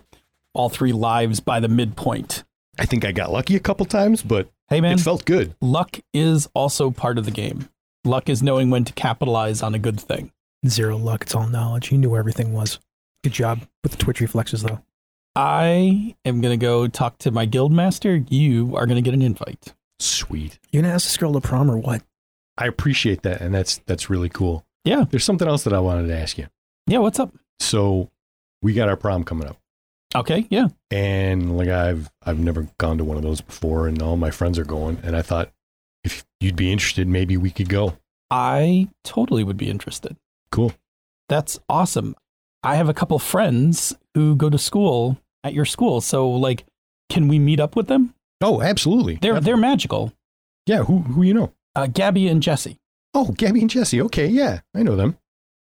Speaker 7: all three lives by the midpoint."
Speaker 4: I think I got lucky a couple times, but
Speaker 7: Hey man,
Speaker 4: it felt good.
Speaker 7: luck is also part of the game. Luck is knowing when to capitalize on a good thing.
Speaker 8: Zero luck. It's all knowledge. You knew where everything was. Good job with the twitch reflexes though.
Speaker 7: I am gonna go talk to my guild master. You are gonna get an invite.
Speaker 4: Sweet.
Speaker 8: You gonna ask this girl to prom or what?
Speaker 4: I appreciate that, and that's that's really cool.
Speaker 7: Yeah.
Speaker 4: There's something else that I wanted to ask you.
Speaker 7: Yeah, what's up?
Speaker 4: So, we got our prom coming up.
Speaker 7: Okay, yeah.
Speaker 4: and like I've I've never gone to one of those before, and all my friends are going, and I thought if you'd be interested, maybe we could go.
Speaker 7: I totally would be interested.
Speaker 4: Cool.
Speaker 7: That's awesome. I have a couple friends who go to school at your school, so like, can we meet up with them?
Speaker 4: Oh, absolutely.
Speaker 7: They're they're magical.
Speaker 4: Yeah, who who you know?
Speaker 7: Uh, Gabby and Jesse.
Speaker 4: Oh, Gabby and Jesse. Okay, yeah, I know them.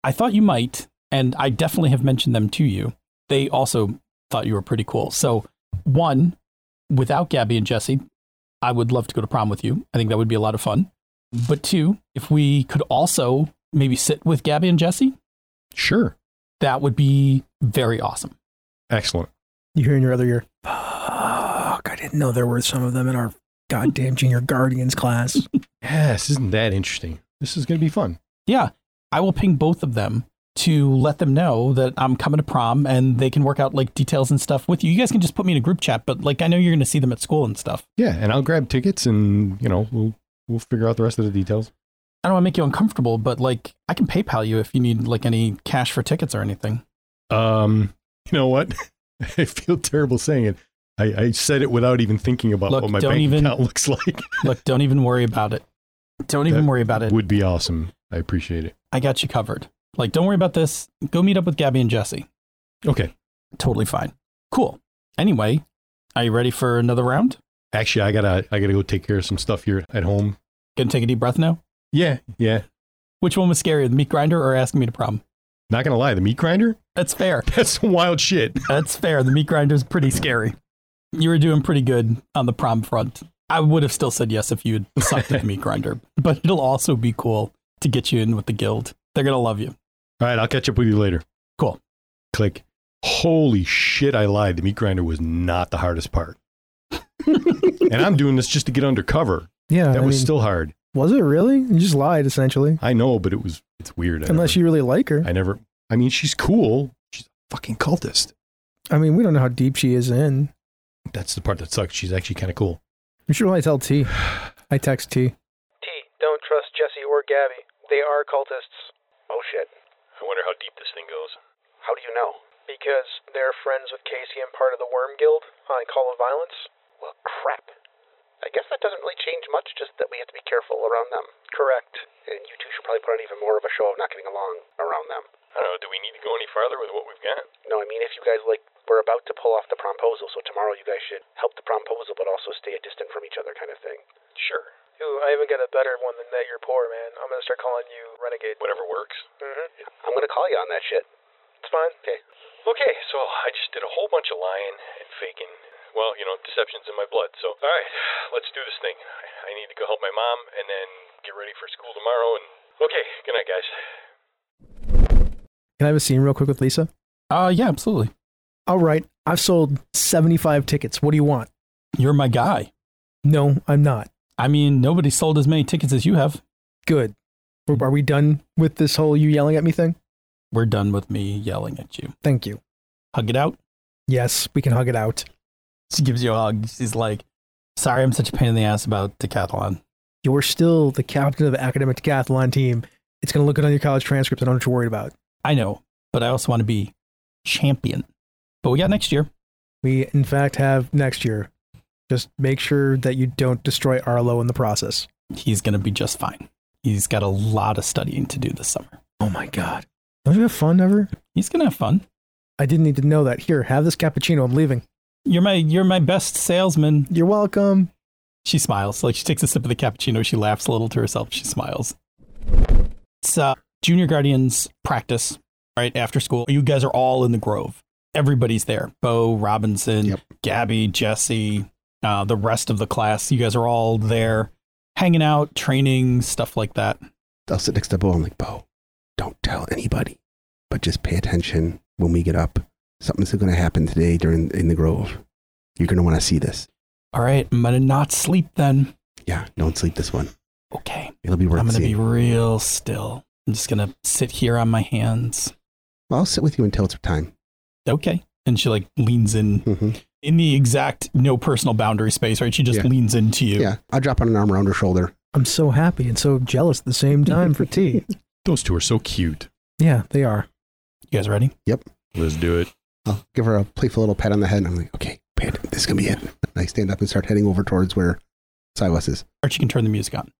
Speaker 7: I thought you might, and I definitely have mentioned them to you. They also thought you were pretty cool. So, one, without Gabby and Jesse, I would love to go to prom with you. I think that would be a lot of fun. But two, if we could also maybe sit with Gabby and Jesse,
Speaker 4: Sure.
Speaker 7: that would be very awesome.
Speaker 4: Excellent.
Speaker 8: You hear in your other ear. Fuck! I didn't know there were some of them in our goddamn junior guardians class.
Speaker 4: Yes, isn't that interesting? This is going to be fun.
Speaker 7: Yeah, I will ping both of them to let them know that I'm coming to prom and they can work out like details and stuff with you. You guys can just put me in a group chat, but like I know you're going to see them at school and stuff.
Speaker 4: Yeah, and I'll grab tickets, and you know we'll we'll figure out the rest of the details.
Speaker 7: I don't want to make you uncomfortable, but like I can PayPal you if you need like any cash for tickets or anything.
Speaker 4: Um, you know what? I feel terrible saying it. I, I said it without even thinking about
Speaker 7: Look,
Speaker 4: what my
Speaker 7: don't
Speaker 4: bank
Speaker 7: even-
Speaker 4: account looks like.
Speaker 7: Look, don't even worry about it. Don't even
Speaker 4: That
Speaker 7: worry about it.
Speaker 4: Would be awesome. I appreciate it.
Speaker 7: I got you covered. Like, don't worry about this. Go meet up with Gabby and Jesse.
Speaker 4: Okay.
Speaker 7: Totally fine. Cool. Anyway, are you ready for another round?
Speaker 4: Actually, I gotta I gotta go take care of some stuff here at home.
Speaker 7: Gonna take a deep breath now.
Speaker 4: Yeah, yeah.
Speaker 7: Which one was scarier, the meat grinder or asking me to prom?
Speaker 4: Not gonna lie, the meat grinder.
Speaker 7: That's fair.
Speaker 4: That's some wild shit.
Speaker 7: That's fair. The meat grinder's pretty scary. You were doing pretty good on the prom front. I would have still said yes if you had sucked at the meat grinder, but it'll also be cool to get you in with the guild. They're gonna love you.
Speaker 4: All right, I'll catch up with you later.
Speaker 7: Cool.
Speaker 4: Click. Holy shit, I lied. The meat grinder was not the hardest part. and I'm doing this just to get undercover.
Speaker 8: Yeah,
Speaker 4: That
Speaker 8: I
Speaker 4: was
Speaker 8: mean,
Speaker 4: still hard.
Speaker 8: was it really? You just lied essentially.
Speaker 4: I know, but it was it's weird. I
Speaker 8: Unless you really like her.
Speaker 4: never, I never I mean she's cool. She's a fucking cultist.
Speaker 8: I mean, we don't know how deep she is in.
Speaker 4: That's the part that sucks. She's actually kinda cool.
Speaker 8: We should probably tell T. I text T.
Speaker 9: T, don't trust Jesse or Gabby. They are cultists. Oh shit.
Speaker 10: I wonder how deep this thing goes.
Speaker 9: How do you know? Because they're friends with Casey and part of the Worm Guild on Call of Violence? Well, crap. I guess that doesn't really change much, just that we have to be careful around them. Correct. And you two should probably put on even more of a show of not getting along around them.
Speaker 10: I don't know. Do we need to go any farther with what we've got?
Speaker 9: No, I mean, if you guys like, we're about to pull off the promposal, so tomorrow you guys should help the promposal, but also stay a distance from each other, kind of thing.
Speaker 10: Sure.
Speaker 9: Ooh, I haven't got a better one than that. You're poor, man. I'm gonna start calling you renegade.
Speaker 10: Whatever works.
Speaker 9: Mm-hmm. I'm gonna call you on that shit. It's fine. Okay.
Speaker 10: Okay, so I just did a whole bunch of lying and faking. Well, you know, deception's in my blood, so. Alright, let's do this thing. I need to go help my mom and then get ready for school tomorrow and. Okay, good night, guys.
Speaker 8: Can I have a scene real quick with Lisa?
Speaker 7: Uh, yeah, absolutely.
Speaker 8: All right. I've sold 75 tickets. What do you want?
Speaker 7: You're my guy.
Speaker 8: No, I'm not.
Speaker 7: I mean, nobody sold as many tickets as you have.
Speaker 8: Good. Are- Are we done with this whole you yelling at me thing?
Speaker 7: We're done with me yelling at you.
Speaker 8: Thank you.
Speaker 7: Hug it out.
Speaker 8: Yes, we can hug it out.
Speaker 7: She gives you a hug. She's like, sorry, I'm such a pain in the ass about decathlon.
Speaker 8: You're still the captain of the academic decathlon team. It's going to look good on your college transcripts. I don't know what you're worried about.
Speaker 7: I know, but I also want to be champion. But we got next year.
Speaker 8: We, in fact, have next year. Just make sure that you don't destroy Arlo in the process.
Speaker 7: He's going to be just fine. He's got a lot of studying to do this summer.
Speaker 8: Oh my God. Don't you have fun ever?
Speaker 7: He's going to have fun.
Speaker 8: I didn't need to know that. Here, have this cappuccino. I'm leaving.
Speaker 7: You're my you're my best salesman.
Speaker 8: You're welcome.
Speaker 7: She smiles. Like she takes a sip of the cappuccino. She laughs a little to herself. She smiles. It's uh, junior guardians practice right after school. You guys are all in the grove. Everybody's there. Bo, Robinson,
Speaker 5: Yep.
Speaker 7: Gabby, Jesse, uh, the rest of the class. You guys are all there, hanging out, training, stuff like that.
Speaker 5: I'll sit next to Bo. I'm like, Bo, don't tell anybody, but just pay attention when we get up. Something's going to happen today during in the grove. You're going to want to see this.
Speaker 7: All right, I'm gonna not sleep then.
Speaker 5: Yeah, don't sleep this one.
Speaker 7: Okay,
Speaker 5: It'll be worth
Speaker 7: I'm gonna
Speaker 5: seeing.
Speaker 7: be real still. I'm just gonna sit here on my hands.
Speaker 5: I'll sit with you until it's time.
Speaker 7: Okay, and she like leans in
Speaker 5: hmm
Speaker 7: in the exact no personal boundary space, right? She just
Speaker 5: Yeah.
Speaker 7: leans into you.
Speaker 5: Yeah, I'll drop an arm around her shoulder.
Speaker 8: I'm so happy and so jealous at the same time for tea.
Speaker 4: Those two are so cute.
Speaker 8: Yeah, they are.
Speaker 7: You guys ready?
Speaker 4: Let's do it.
Speaker 5: I'll give her a playful little pat on the head. And I'm like, okay, Pat, this is going to be it. And I stand up and start heading over towards where Silas is.
Speaker 7: Archie can turn the music on.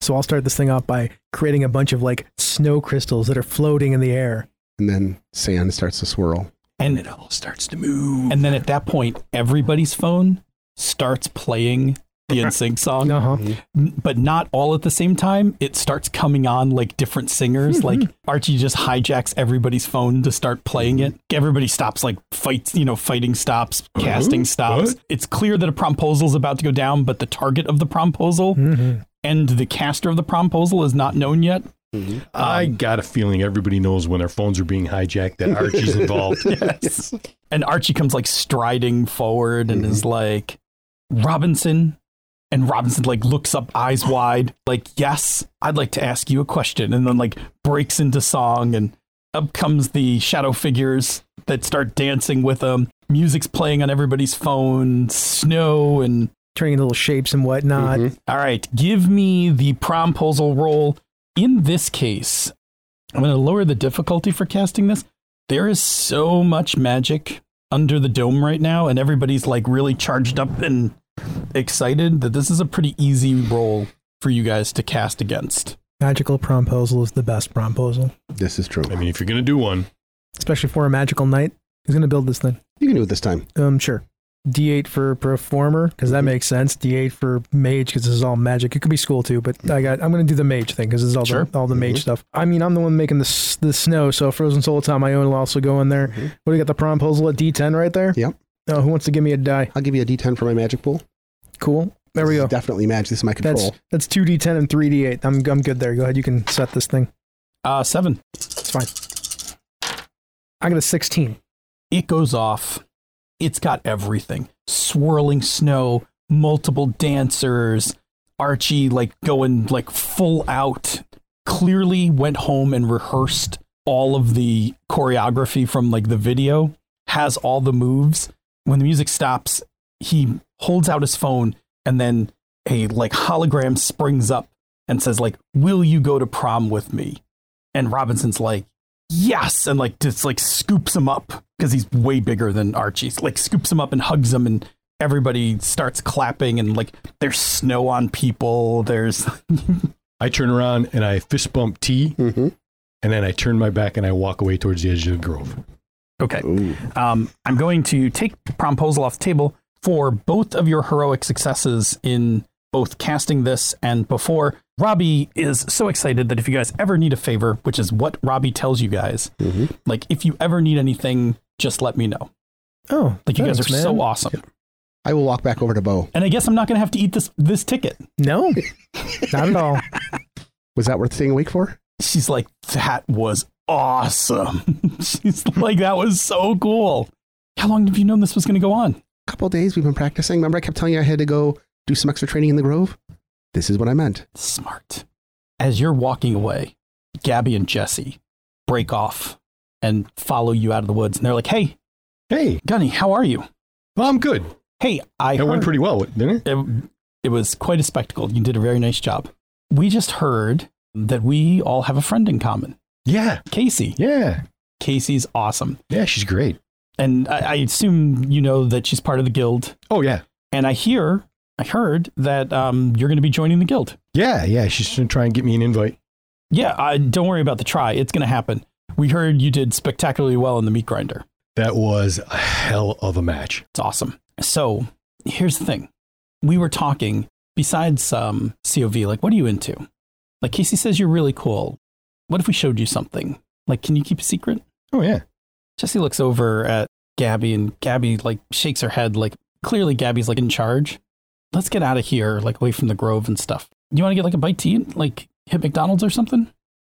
Speaker 8: So I'll start this thing off by creating a bunch of like snow crystals that are floating in the air.
Speaker 5: And then sand starts to swirl.
Speaker 7: And
Speaker 4: It all starts to move.
Speaker 7: and then at that point, everybody's phone starts playing the NSYNC song,
Speaker 8: huh.
Speaker 4: Mm-hmm.
Speaker 7: m- but not all at the same time. It starts coming on like different singers. like Archie just hijacks everybody's phone to start playing it. Everybody stops, like fights, you know, fighting stops, casting stops.
Speaker 4: Uh-huh. What?
Speaker 7: It's clear that a promposal is about to go down, but the target of the
Speaker 8: Mm-hmm.
Speaker 7: promposal and the caster of the promposal is not known yet. Um,
Speaker 4: I got a feeling everybody knows when their phones are being hijacked that Archie's involved.
Speaker 7: Yes. and Archie comes like striding forward and is like, Robinson. And Robinson like looks up eyes wide, like, yes, I'd like to ask you a question. And then like breaks into song and up comes the shadow figures that start dancing with them. Music's playing on everybody's phone, snow and
Speaker 8: Turning into little shapes and whatnot.
Speaker 5: Mhm.
Speaker 7: all right, give me the promposal roll. In this case, I'm going to lower the difficulty for casting this. There is so much magic under the dome right now, and everybody's like really charged up and excited that this is a pretty easy roll for you guys to cast against.
Speaker 8: Magical promposal is the best promposal,
Speaker 5: This is true.
Speaker 4: I mean, if you're going to do one,
Speaker 8: especially for a magical night. Who's going to build this thing?
Speaker 5: You can do it this time.
Speaker 8: Um, sure. D8 for performer because
Speaker 5: Mm-hmm.
Speaker 8: that makes sense. D8 for mage because this is all magic. It could be school too, but I got I'm gonna do the mage thing because this is all
Speaker 7: Sure.
Speaker 8: the, all the mage
Speaker 5: Mhm.
Speaker 8: stuff. I mean, I'm the one making the s- the snow, so frozen soul it's on my own will also go in there.
Speaker 5: Mhm.
Speaker 8: What do you got the promposal at D10 right there?
Speaker 5: Yep.
Speaker 8: Oh, who wants to give me a die?
Speaker 5: I'll give you a D10 for my magic pool.
Speaker 8: Cool. There we
Speaker 5: This
Speaker 8: go.
Speaker 5: is Definitely magic. This is my
Speaker 8: That's
Speaker 5: control.
Speaker 8: that's two D10 and three D8. I'm I'm good there. Go ahead. You can set this thing.
Speaker 7: Uh, seven.
Speaker 8: It's fine. I got a 16.
Speaker 7: It goes off. It's got everything swirling snow, multiple dancers, Archie like going like full out. Clearly went home and rehearsed all of the choreography from like the video, has all the moves. When the music stops, he holds out his phone and then a like hologram springs up and says like, "Will you go to prom with me?" And Robinson's like, yes and like just like scoops him up because he's way bigger than archie's like scoops him up and hugs him and everybody starts clapping and like there's snow on people there's
Speaker 4: I turn around and I fist bump T
Speaker 5: Mm-hmm.
Speaker 4: and then I turn my back and I walk away towards the edge of the grove.
Speaker 7: Okay. Um, I'm going to take Promposal off the table for both of your heroic successes in both casting this and before. Robbie is so excited that if you guys ever need a favor, which is what Robbie tells you guys, like if you ever need anything, just let me know.
Speaker 8: Oh,
Speaker 7: Like you guys
Speaker 8: thanks,
Speaker 7: are so
Speaker 8: man.
Speaker 7: awesome.
Speaker 5: I will walk back over to Bo.
Speaker 7: And I guess I'm not going to have to eat this this ticket.
Speaker 8: No, not at all.
Speaker 5: Was that worth staying awake for?
Speaker 7: She's like, that was awesome. She's like, that was so cool. How long have you known this was going to go on?
Speaker 5: A couple days we've been practicing. Remember, I kept telling you I had to go do some extra training in the Grove? This is what I meant.
Speaker 7: Smart. As you're walking away, Gabby and Jesse break off and follow you out of the woods. And they're like, hey,
Speaker 4: hey,
Speaker 7: Gunny, how are you?
Speaker 4: Well, I'm good.
Speaker 7: Hey, I.
Speaker 4: That went
Speaker 7: heard-
Speaker 4: pretty well, didn't
Speaker 7: it? it? was quite a spectacle. You did a very nice job. We just heard that we all have a friend in common.
Speaker 4: Yeah.
Speaker 7: Casey.
Speaker 4: Yeah.
Speaker 7: Casey's awesome.
Speaker 4: Yeah, she's great.
Speaker 7: And I, I assume you know that she's part of the guild.
Speaker 4: Oh, yeah.
Speaker 7: And I hear, I heard that um, you're going to be joining the guild.
Speaker 4: Yeah, yeah. She's gonna try and get me an invite.
Speaker 7: Yeah, uh, don't worry about the try. It's going to happen. We heard you did spectacularly well in the meat grinder.
Speaker 4: That was a hell of a match.
Speaker 7: It's awesome. So here's the thing we were talking, besides um, COV, like, what are you into? Like, Casey says you're really cool. What if we showed you something? Like, can you keep a secret?
Speaker 4: Oh, yeah.
Speaker 7: Jesse looks over at Gabby and Gabby, like, shakes her head. Like, clearly, Gabby's like in charge. Let's get out of here, like, away from the grove and stuff. You want to get like a bite to eat? Like, hit McDonald's or something?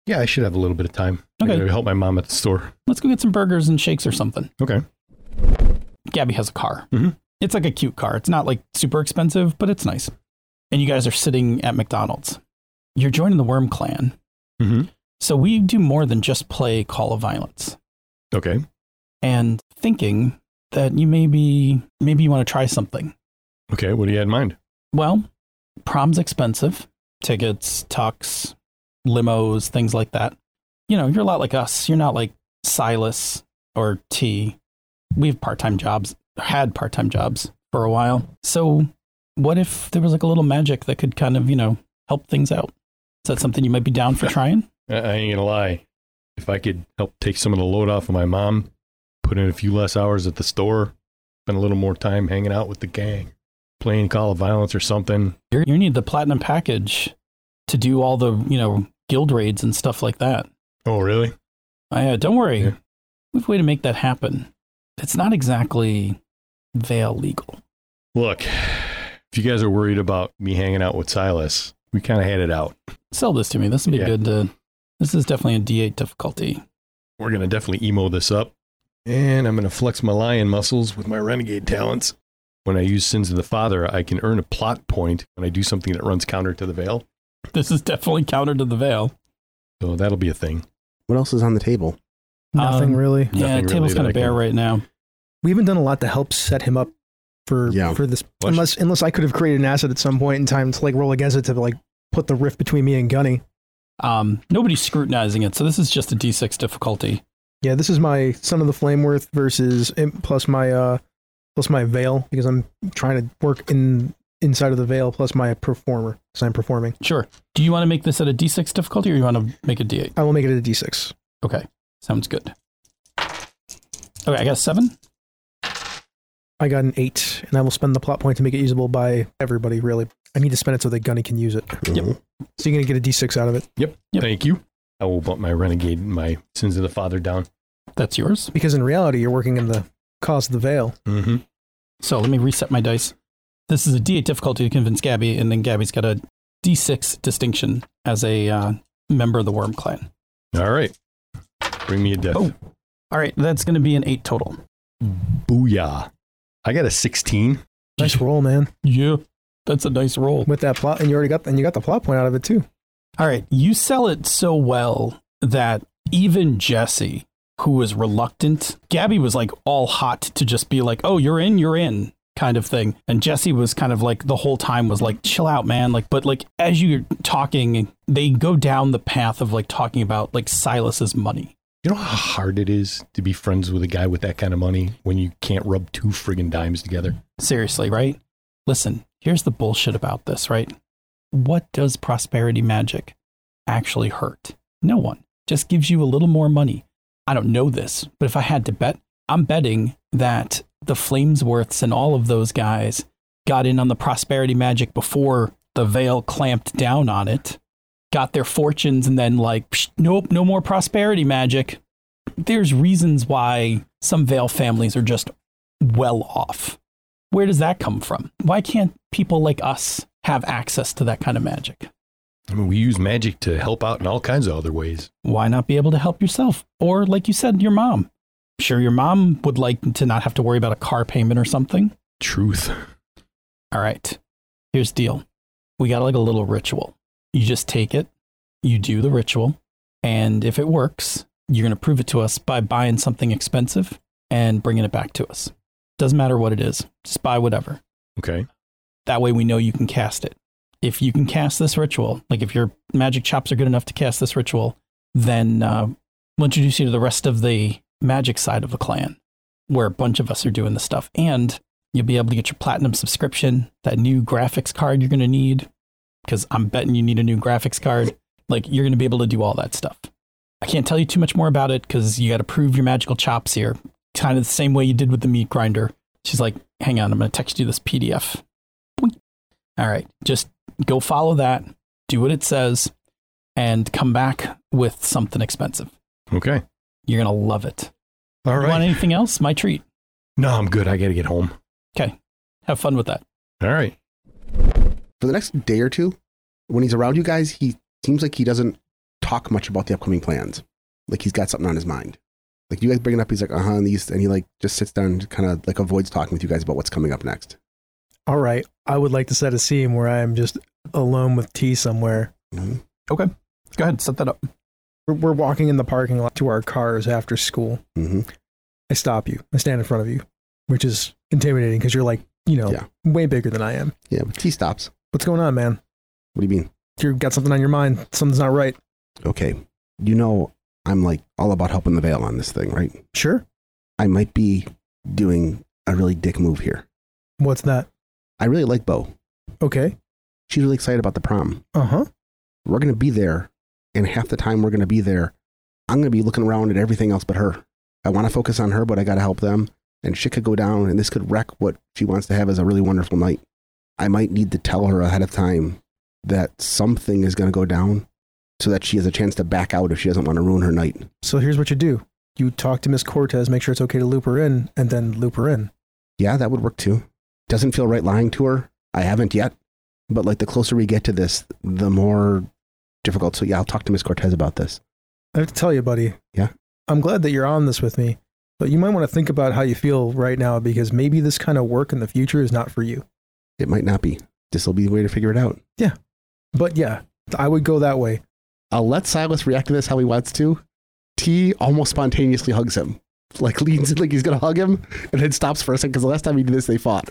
Speaker 4: Yeah, I should have a little bit of time. I
Speaker 7: Okay.
Speaker 4: gotta help my mom at the store.
Speaker 7: Let's go get some burgers and shakes or something.
Speaker 4: Okay.
Speaker 7: Gabby has a car.
Speaker 4: Mhm.
Speaker 7: It's like a cute car. It's not like super expensive, but it's nice. And you guys are sitting at McDonald's. You're joining the Worm Clan.
Speaker 4: Mhm.
Speaker 7: So we do more than just play Call of Violence.
Speaker 4: Okay.
Speaker 7: And thinking that you maybe maybe you want to try something.
Speaker 4: Okay. What do you have in mind?
Speaker 7: Well, prom's expensive. Tickets, tucks, limos, things like that. You know, you're a lot like us. You're not like Silas or T. We've part time jobs, had part time jobs for a while. So, what if there was like a little magic that could kind of, you know, help things out? Is that something you might be down for trying?
Speaker 4: I, I ain't gonna lie. If I could help take some of the load off of my mom, put in a few less hours at the store, spend a little more time hanging out with the gang, playing Call of Violence or something.
Speaker 7: You're, you need the platinum package to do all the, you know, guild raids and stuff like that.
Speaker 4: Oh, really?
Speaker 7: I, uh, don't worry. We have a way to make that happen. It's not exactly veil legal.
Speaker 4: Look, if you guys are worried about me hanging out with Silas, we kind of had it out.
Speaker 7: Sell this to me. This would be
Speaker 4: Yeah.
Speaker 7: good to. This is definitely a D8 difficulty.
Speaker 4: We're gonna definitely emo this up, and I'm gonna flex my lion muscles with my renegade talents. When I use Sins of the Father, I can earn a plot point when I do something that runs counter to the veil.
Speaker 7: This is definitely counter to the veil.
Speaker 4: So that'll be a thing.
Speaker 5: What else is on the table?
Speaker 8: Nothing
Speaker 7: Um,
Speaker 8: really.
Speaker 7: Yeah,
Speaker 4: Nothing
Speaker 7: the table's
Speaker 4: really that
Speaker 7: kind
Speaker 4: I
Speaker 7: of bare
Speaker 4: can-
Speaker 7: right now.
Speaker 8: We haven't done a lot to help set him up for
Speaker 5: Yeah.
Speaker 8: for this.
Speaker 4: Well,
Speaker 8: unless unless I could have created an asset at some point in time to like roll against it to like put the rift between me and Gunny.
Speaker 7: Um, nobody's scrutinizing it, so this is just a D6 difficulty.
Speaker 8: Yeah, this is my son of the Flameworth versus plus my uh plus my veil because I'm trying to work in inside of the veil plus my performer because I'm performing.
Speaker 7: Sure. Do you want to make this at a D6 difficulty, or you want to make a D8?
Speaker 8: I will make it a d6.
Speaker 7: Okay, sounds good. Okay, I got a seven.
Speaker 8: I got an eight, and I will spend the plot point to make it usable by everybody. Really, I need to spend it so that Gunny can use it.
Speaker 7: Yep.
Speaker 8: So you're gonna get a d6 out of it
Speaker 4: Yep.
Speaker 7: Yep.
Speaker 4: Thank you. I will bump my renegade, and my Sins of the Father down.
Speaker 7: That's yours.
Speaker 8: because in reality you're working in the cause of the veil.
Speaker 4: Mm-hmm.
Speaker 7: So let me reset my dice. This is a D8 difficulty to convince Gabby, and then Gabby's got a D6 distinction as a uh, member of the Worm Clan.
Speaker 4: All right. Bring me a death.
Speaker 7: Oh. All right, that's going to be an eight total.
Speaker 4: Booyah. I got a 16.
Speaker 8: Nice roll, man.
Speaker 7: Yeah, that's a nice roll.
Speaker 8: With that plot, and you already got and you got the plot point out of it too.
Speaker 7: All right, you sell it so well that even Jesse, who was reluctant, Gabby was like all hot to just be like, "Oh, you're in, you're in." kind of thing. And Jesse was kind of like the whole time was like, "Chill out, man." Like, but like as you're talking, they go down the path of like talking about like Silas's money.
Speaker 4: You know how hard it is to be friends with a guy with that kind of money when you can't rub two friggin' dimes together?
Speaker 7: Seriously, right? Listen, here's the bullshit about this, right? What does prosperity magic actually hurt? No one. just gives you a little more money. I don't know this, but if I had to bet, I'm betting that the Flamesworths and all of those guys got in on the prosperity magic before the veil clamped down on it, got their fortunes, and then, like, psh, nope, no more prosperity magic. There's reasons why some veil families are just well off. Where does that come from? Why can't people like us have access to that kind of magic?
Speaker 4: I mean, we use magic to help out in all kinds of other ways.
Speaker 7: Why not be able to help yourself? Or, like you said, your mom. Sure, your mom would like to not have to worry about a car payment or something.
Speaker 4: Truth.
Speaker 7: All right. Here's the deal. We got like a little ritual. You just take it, you do the ritual, and if it works, you're going to prove it to us by buying something expensive and bringing it back to us. Doesn't matter what it is, just buy whatever.
Speaker 4: Okay.
Speaker 7: That way we know you can cast it. If you can cast this ritual, like if your magic chops are good enough to cast this ritual, then uh, we'll introduce you to the rest of the magic side of the clan, where a bunch of us are doing this stuff. And you'll be able to get your platinum subscription, that new graphics card you're going to need, because I'm betting you need a new graphics card. Like you're going to be able to do all that stuff. I can't tell you too much more about it because you got to prove your magical chops here, kind of the same way you did with the meat grinder. She's like, hang on, I'm going to text you this PDF. Boink. All right, just go follow that, do what it says, and come back with something expensive.
Speaker 4: Okay.
Speaker 7: You're going to love it.
Speaker 4: All right.
Speaker 7: Want anything else? My treat.
Speaker 4: No, I'm good. I got to get home.
Speaker 7: Okay. Have fun with that.
Speaker 4: All right.
Speaker 5: For the next day or two, when he's around you guys, he seems like he doesn't talk much about the upcoming plans. Like he's got something on his mind. Like you guys bring it up, he's like, uh huh, and he's, and he like just sits down and kind of like avoids talking with you guys about what's coming up next.
Speaker 8: All right. I would like to set a scene where I am just alone with T somewhere.
Speaker 7: Okay. Go ahead. Set that up.
Speaker 8: We're, we're walking in the parking lot to our cars after school.
Speaker 5: Mm-hmm.
Speaker 8: I stop you. I stand in front of you, which is intimidating because you're like, you know,
Speaker 5: Yeah.
Speaker 8: way bigger than I am.
Speaker 5: Yeah, but T stops.
Speaker 8: What's going on, man?
Speaker 5: What do you mean?
Speaker 8: You got something on your mind. Something's not right.
Speaker 5: Okay, you know, I'm like all about helping the veil on this thing, right?
Speaker 8: Sure.
Speaker 5: I might be doing a really dick move here.
Speaker 8: What's that?
Speaker 5: I really like Bo.
Speaker 8: Okay.
Speaker 5: She's really excited about the prom.
Speaker 8: Uh huh.
Speaker 5: We're going to be there, and half the time we're going to be there, I'm going to be looking around at everything else but her. I want to focus on her, but I got to help them. And shit could go down, and this could wreck what she wants to have as a really wonderful night. I might need to tell her ahead of time that something is going to go down so that she has a chance to back out if she doesn't want to ruin her night.
Speaker 8: So here's what you do you talk to Miss Cortez, make sure it's okay to loop her in, and then loop her in.
Speaker 5: Yeah, that would work too. Doesn't feel right lying to her. I haven't yet. But like the closer we get to this, the more difficult. So yeah, I'll talk to Miss Cortez about this.
Speaker 8: I have to tell you, buddy.
Speaker 5: Yeah.
Speaker 8: I'm glad that you're on this with me, but you might want to think about how you feel right now because maybe this kind of work in the future is not for you.
Speaker 5: It might not be. This will be the way to figure it out.
Speaker 8: Yeah. But yeah, I would go that way.
Speaker 5: I'll let Silas react to this how he wants to. T almost spontaneously hugs him. Like leans in like he's gonna hug him and then stops for a second because the last time he did this they fought.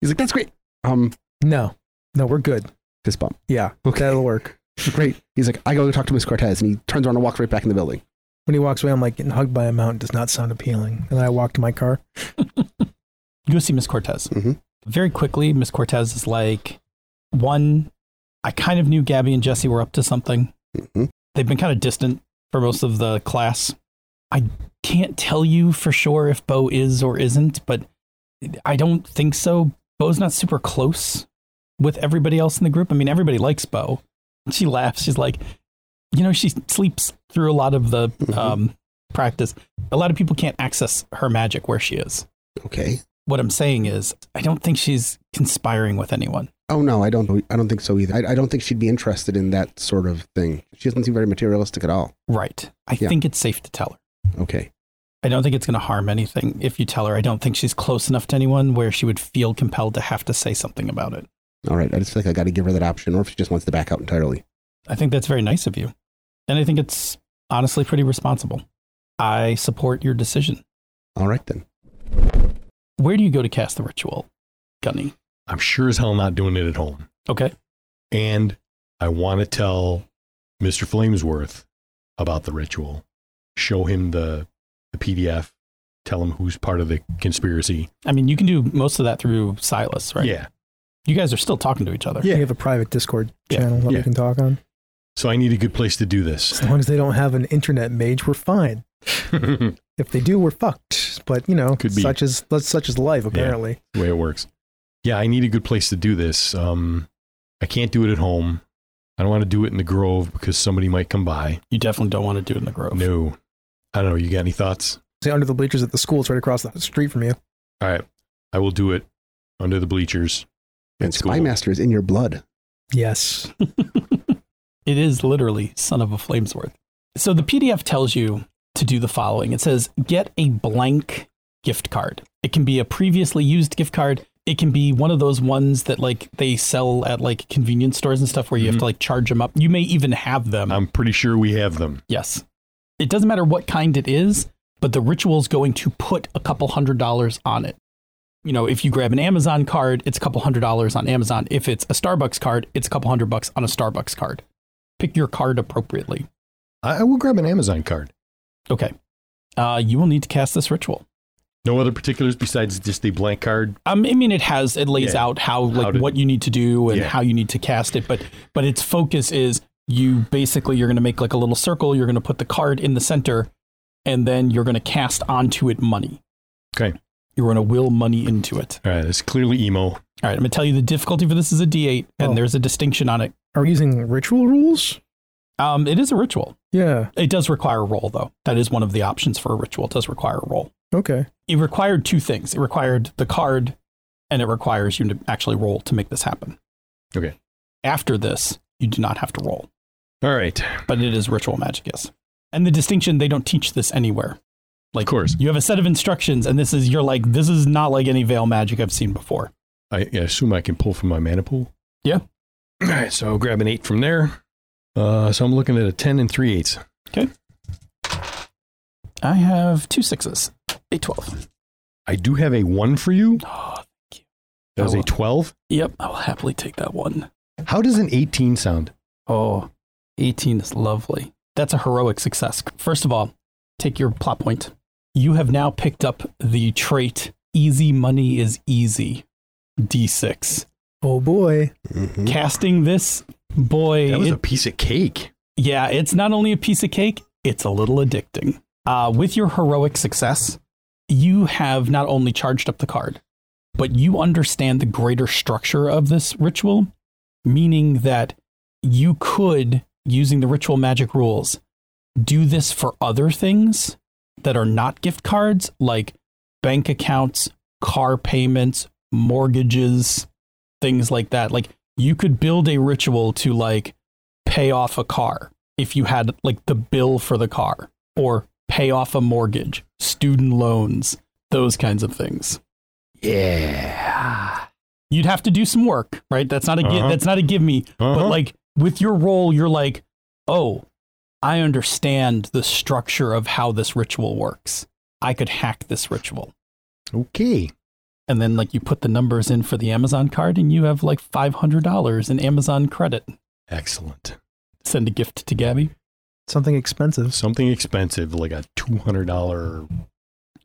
Speaker 5: He's like, That's great. Um
Speaker 8: No. No, we're good.
Speaker 5: fist bump.
Speaker 8: Yeah.
Speaker 5: Okay.
Speaker 8: That'll work.
Speaker 5: Great. He's like, I gotta go talk to Miss Cortez and he turns around and walks right back in the building.
Speaker 8: When he walks away, I'm like, getting hugged by a mountain does not sound appealing. And I walk to my car.
Speaker 7: You go see Miss Cortez.
Speaker 5: Mhm.
Speaker 7: Very quickly, Miss Cortez is like, one, I kind of knew Gabby and Jesse were up to something.
Speaker 5: Mhm.
Speaker 7: They've been kind of distant for most of the class. I can't tell you for sure if Bo is or isn't, but I don't think so. Bo's not super close with everybody else in the group. I mean, everybody likes Bo. She laughs. She's like, you know, she sleeps through a lot of the um, practice. A lot of people can't access her magic where she is
Speaker 5: Okay.
Speaker 7: what I'm saying is, I don't think she's conspiring with anyone.
Speaker 5: Oh no, I don't. I don't think so either. I, I don't think she'd be interested in that sort of thing. She doesn't seem very materialistic at all.
Speaker 7: Right. I
Speaker 5: Yeah.
Speaker 7: think it's safe to tell her.
Speaker 5: Okay,
Speaker 7: I don't think it's going to harm anything if you tell her. I don't think she's close enough to anyone where she would feel compelled to have to say something about it.
Speaker 5: all right. I just feel like I got to give her that option, or if she just wants to back out entirely.
Speaker 7: I think that's very nice of you. And I think it's honestly pretty responsible. I support your decision.
Speaker 5: All right then.
Speaker 7: Where do you go to cast the ritual, Gunny?
Speaker 4: I'm sure as hell not doing it at home.
Speaker 7: Okay.
Speaker 4: And I want to tell Mr. Flamesworth about the ritual. Show him the, the PDF. Tell him who's part of the conspiracy.
Speaker 7: I mean, you can do most of that through Silas, right?
Speaker 4: Yeah.
Speaker 7: You guys are still talking to each other.
Speaker 8: We have a private Discord channel that
Speaker 4: Yeah.
Speaker 8: we can talk on.
Speaker 4: So I need a good place to do this.
Speaker 8: As long as they don't have an internet mage, we're fine. if they do, we're fucked. But you know,
Speaker 4: Could be.
Speaker 8: such as such is life. Apparently,
Speaker 4: Yeah, the way it works. Yeah, I need a good place to do this. Um, I can't do it at home. I don't want to do it in the Grove because somebody might come by.
Speaker 7: You definitely don't want to do it in the Grove.
Speaker 4: No. I don't know. You got any thoughts?
Speaker 8: see under the bleachers at the school. It's right across the street from you.
Speaker 4: All right. I will do it under the bleachers.
Speaker 5: And Spy Master is in your blood.
Speaker 8: Yes.
Speaker 7: It is literally son of a flamesworth. So the PDF tells you to do the following. It says get a blank gift card. It can be a previously used gift card. It can be one of those ones that like they sell at like convenience stores and stuff where you have to like charge them up. You may even have them.
Speaker 4: I'm pretty sure we have them.
Speaker 7: Yes. It doesn't matter what kind it is, but the ritual's going to put a couple hundred dollars on it. You know, if you grab an Amazon card, it's a couple hundred dollars on Amazon. If it's a Starbucks card, it's a couple hundred bucks on a Starbucks card. Pick your card appropriately.
Speaker 4: I I will grab an Amazon card.
Speaker 7: Okay. Uh, you will need to cast this ritual.
Speaker 4: No other particulars besides just the blank card.
Speaker 7: Um, I mean, it has it lays
Speaker 4: Yeah.
Speaker 7: out how like
Speaker 4: How to-
Speaker 7: what you need to do and
Speaker 4: Yeah.
Speaker 7: how you need to cast it, but but its focus is you basically you're going to make like a little circle. You're going to put the card in the center, and then you're going to cast onto it money.
Speaker 4: Okay.
Speaker 7: You're going to will money into it.
Speaker 4: All right. It's clearly emo.
Speaker 7: All right, I'm going to tell you the difficulty for this is a D8, and
Speaker 8: Oh.
Speaker 7: there's a distinction on it.
Speaker 8: Are we using ritual rules?
Speaker 7: Um, it is a ritual.
Speaker 8: Yeah.
Speaker 7: It does require a roll, though. That is one of the options for a ritual. It does require a roll.
Speaker 8: Okay.
Speaker 7: It required two things. It required the card, and it requires you to actually roll to make this happen.
Speaker 4: Okay.
Speaker 7: After this, you do not have to roll,
Speaker 4: All right.
Speaker 7: but it is ritual magic, yes. And the distinction, they don't teach this anywhere. Like,
Speaker 4: Of course.
Speaker 7: you have a set of instructions, and this is, you're like, this is not like any veil magic I've seen before.
Speaker 4: I, I assume I can pull from my mana pool.
Speaker 7: Yeah.
Speaker 4: All right. So I'll grab an eight from there. Uh, so I'm looking at a 10 and three eights.
Speaker 7: I have two sixes, a 12.
Speaker 4: I do have a one for you. That was
Speaker 7: Oh,
Speaker 4: a
Speaker 7: well.
Speaker 4: 12.
Speaker 7: Yep, I will happily take that one.
Speaker 4: How does an 18 sound?
Speaker 7: Oh, 18 is lovely. That's a heroic success. First of all, take your plot point. You have now picked up the trait easy money is easy. D6.
Speaker 8: Oh boy.
Speaker 7: Mm-hmm. Casting this, boy,
Speaker 4: That was
Speaker 7: it-
Speaker 4: a piece of cake.
Speaker 7: yeah, it's not only a piece of cake, it's a little addicting. Uh, with your heroic success, you have not only charged up the card, but you understand the greater structure of this ritual, meaning that you could, using the ritual magic rules, do this for other things that are not gift cards, like bank accounts, car payments, mortgages, things like that. Like you could build a ritual to like pay off a car if you had like the bill for the car or pay off a mortgage, student loans, those kinds of things. Yeah. You'd have to do some work, right? That's not a gi-
Speaker 4: Uh-huh.
Speaker 7: that's not a give me,
Speaker 4: Uh-huh.
Speaker 7: but like with your role you're like, "Oh, I understand the structure of how this ritual works. I could hack this ritual."
Speaker 4: Okay.
Speaker 7: and then like you put the numbers in for the Amazon card and you have like $500 in Amazon credit.
Speaker 4: Excellent.
Speaker 7: Send a gift to Gabby.
Speaker 8: Something expensive.
Speaker 4: Something expensive, like a $200.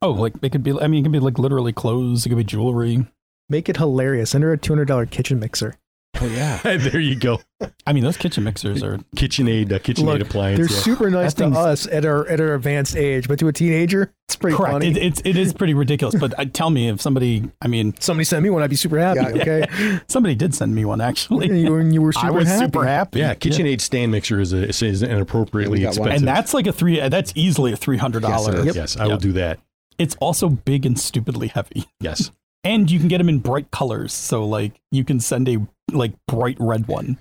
Speaker 7: Oh, like it could be I mean it could be like literally clothes, it could be jewelry.
Speaker 8: Make it hilarious. Send her a two hundred dollar kitchen mixer.
Speaker 7: Oh yeah.
Speaker 4: there you go.
Speaker 7: I mean those kitchen mixers are
Speaker 4: KitchenAid, uh, KitchenAid
Speaker 8: Look,
Speaker 4: appliance.
Speaker 8: They're
Speaker 4: yeah.
Speaker 8: super nice
Speaker 7: That
Speaker 8: to
Speaker 7: thing's-
Speaker 8: us at our at our advanced age, but to a teenager, it's pretty
Speaker 7: correct.
Speaker 8: funny.
Speaker 7: It, it's it is pretty ridiculous, but uh, tell me if somebody I mean
Speaker 8: Somebody sent me one, I'd be super happy.
Speaker 5: Yeah.
Speaker 8: Okay,
Speaker 7: somebody did send me one actually.
Speaker 8: and you, were- and you were super
Speaker 7: I was
Speaker 8: happy.
Speaker 7: super happy.
Speaker 4: yeah, KitchenAid stand mixer is, a, is is
Speaker 5: We
Speaker 4: inappropriately
Speaker 5: got one.
Speaker 4: expensive.
Speaker 7: And that's like a three uh, that's easily a $300.
Speaker 5: Yes, it is.
Speaker 4: yes, I will
Speaker 7: Yep.
Speaker 4: do that.
Speaker 7: It's also big and stupidly heavy.
Speaker 4: Yes.
Speaker 7: And you can get them in bright colors, so like you can send a like bright red one.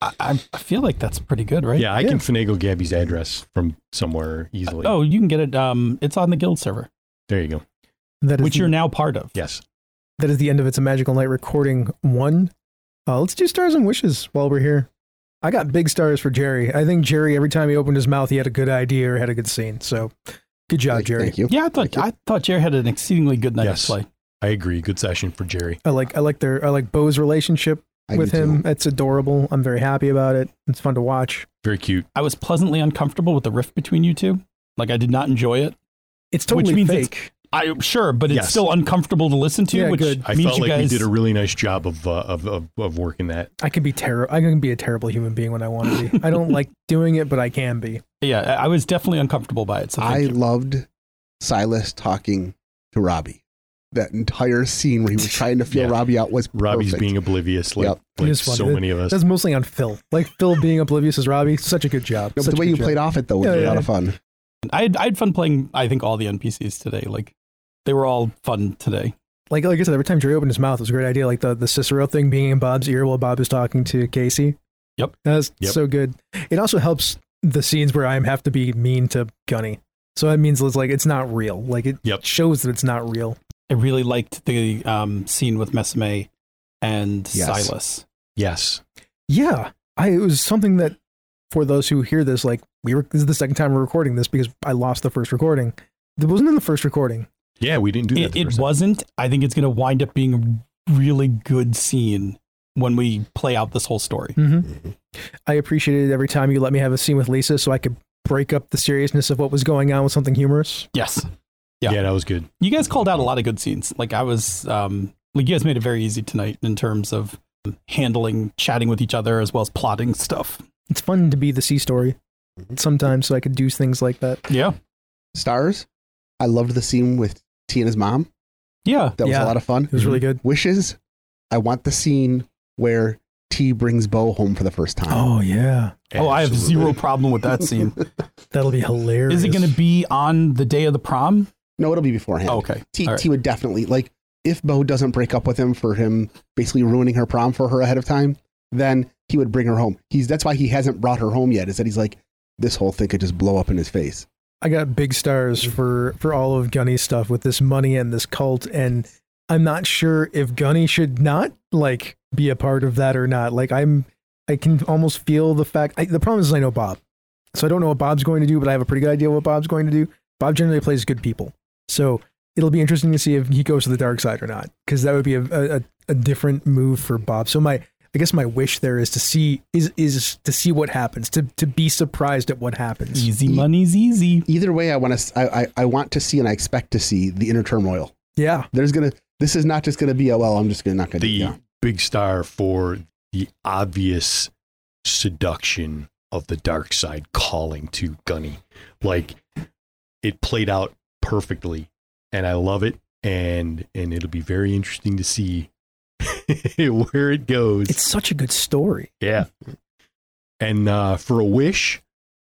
Speaker 7: I, I, I feel like that's pretty good, right?
Speaker 4: Yeah, I can finagle Gabby's address from somewhere easily.
Speaker 7: Oh, you can get it. Um, it's on the guild server,
Speaker 4: there you go.
Speaker 8: That is
Speaker 7: which
Speaker 8: the-
Speaker 7: you're now part of.
Speaker 4: Yes.
Speaker 8: that is the end of it's a magical night recording one. Uh, let's do stars and wishes while we're here. I got big stars for Jerry. I think Jerry, every time he opened his mouth, he had a good idea or had a good scene. So, good job,
Speaker 5: Thank-
Speaker 8: Uh, Jerry.
Speaker 5: Thank you.
Speaker 7: Yeah, I thought I thought Jared had an exceedingly good night
Speaker 4: Yes.
Speaker 7: of play.
Speaker 4: I agree. Good session for Jerry.
Speaker 8: I like I like their I like Bo's relationship
Speaker 5: I
Speaker 8: with
Speaker 5: do
Speaker 8: him.
Speaker 5: too.
Speaker 8: It's adorable. I'm very happy about it. It's fun to watch.
Speaker 4: Very cute.
Speaker 7: I was pleasantly uncomfortable with the rift between you two. Like I did not enjoy it.
Speaker 8: It's totally
Speaker 7: means it's-
Speaker 8: fake.
Speaker 7: I'm sure, but it's
Speaker 4: Yes.
Speaker 7: still uncomfortable to listen to, which
Speaker 4: I
Speaker 7: means
Speaker 4: felt
Speaker 7: you
Speaker 4: like
Speaker 7: guys.
Speaker 4: we did a really nice job of uh, of, of of working that.
Speaker 8: I can be terrible. I can be a terrible human being when I want to be. I don't like doing it, but I can be.
Speaker 7: yeah, I I was definitely uncomfortable by it. So
Speaker 5: I loved Silas talking to Robbie. That entire scene where he was trying to feel Robbie out was
Speaker 4: Robbie's
Speaker 5: perfect.
Speaker 4: being oblivious, like,
Speaker 5: Yep.
Speaker 4: like
Speaker 8: It is funny.
Speaker 4: so many of us.
Speaker 8: That's mostly on Phil. Like Phil being oblivious is Robbie. Such a good job.
Speaker 5: No, but
Speaker 8: Such
Speaker 5: the
Speaker 8: a
Speaker 5: way
Speaker 8: good
Speaker 5: you
Speaker 8: job.
Speaker 5: played off it though was
Speaker 8: Yeah,
Speaker 5: a lot
Speaker 8: yeah.
Speaker 5: of fun.
Speaker 7: I had, I had fun playing. I think all the NPCs today. Like they were all fun today.
Speaker 8: Like like I said, every time Jerry opened his mouth, it was a great idea. Like the, the Cicero thing being in Bob's ear while Bob is talking to Casey.
Speaker 7: Yep.
Speaker 8: That's
Speaker 4: Yep.
Speaker 8: so good. It also helps the scenes where I have to be mean to Gunny. So that means it's like it's not real. Like it
Speaker 4: Yep.
Speaker 8: shows that it's not real.
Speaker 7: I really liked the um, scene with Mesame and
Speaker 4: Yes.
Speaker 7: Silas.
Speaker 4: Yes,
Speaker 8: Yeah, I it was something that for those who hear this, like we were this is the second time we're recording this because I lost the first recording. It wasn't in the first recording.
Speaker 4: yeah, we didn't do that.
Speaker 7: It,
Speaker 4: the
Speaker 7: it
Speaker 4: first time.
Speaker 7: wasn't. I think it's going to wind up being a really good scene when we play out this whole story.
Speaker 8: Mm-hmm. I appreciated every time you let me have a scene with Lisa, so I could break up the seriousness of what was going on with something humorous.
Speaker 7: Yes.
Speaker 4: Yeah.
Speaker 7: Yeah.
Speaker 4: that was good.
Speaker 7: You guys called out a lot of good scenes. Like I was, um, like you guys made it very easy tonight in terms of handling, chatting with each other as well as plotting stuff.
Speaker 8: It's fun to be the C story sometimes, so I could do things like that.
Speaker 7: Yeah.
Speaker 5: Stars. I loved the scene with Tina's mom.
Speaker 7: Yeah.
Speaker 5: That was
Speaker 8: Yeah.
Speaker 5: a lot of fun.
Speaker 8: It was really good.
Speaker 5: Wishes. I want the scene where T brings Bo home for the first time.
Speaker 8: Oh yeah,
Speaker 7: Oh, I have
Speaker 4: Absolutely.
Speaker 7: zero problem with that scene.
Speaker 8: that'll be hilarious.
Speaker 7: Is it going to be on the day of the prom?
Speaker 5: No, it'll be beforehand.
Speaker 7: Oh, okay.
Speaker 5: T,
Speaker 7: All right.
Speaker 5: T would definitely like if Bo doesn't break up with him for him basically ruining her prom for her ahead of time, then he would bring her home. He's that's why he hasn't brought her home yet. Is that he's like this whole thing could just blow up in his face.
Speaker 8: I got big stars for for all of Gunny's stuff with this money and this cult, and I'm not sure if Gunny should not like be a part of that or not. Like I'm, I can almost feel the fact. I, the problem is I know Bob, so I don't know what Bob's going to do, but I have a pretty good idea what Bob's going to do. Bob generally plays good people, so it'll be interesting to see if he goes to the dark side or not, because that would be a, a a different move for Bob. So my. I guess my wish there is to see is is to see what happens to to be surprised at what happens.
Speaker 7: Easy money's easy.
Speaker 5: Either way, I want to I, I, I want to see and I expect to see the inner turmoil.
Speaker 8: Yeah,
Speaker 5: There's gonna this is not just gonna be a well I'm just gonna not gonna
Speaker 4: the
Speaker 5: do it.
Speaker 4: big star for the obvious seduction of the dark side calling to Gunny. Like it played out perfectly and I love it and and it'll be very interesting to see where it goes.
Speaker 8: It's such a good story.
Speaker 4: Yeah. And uh, for a wish,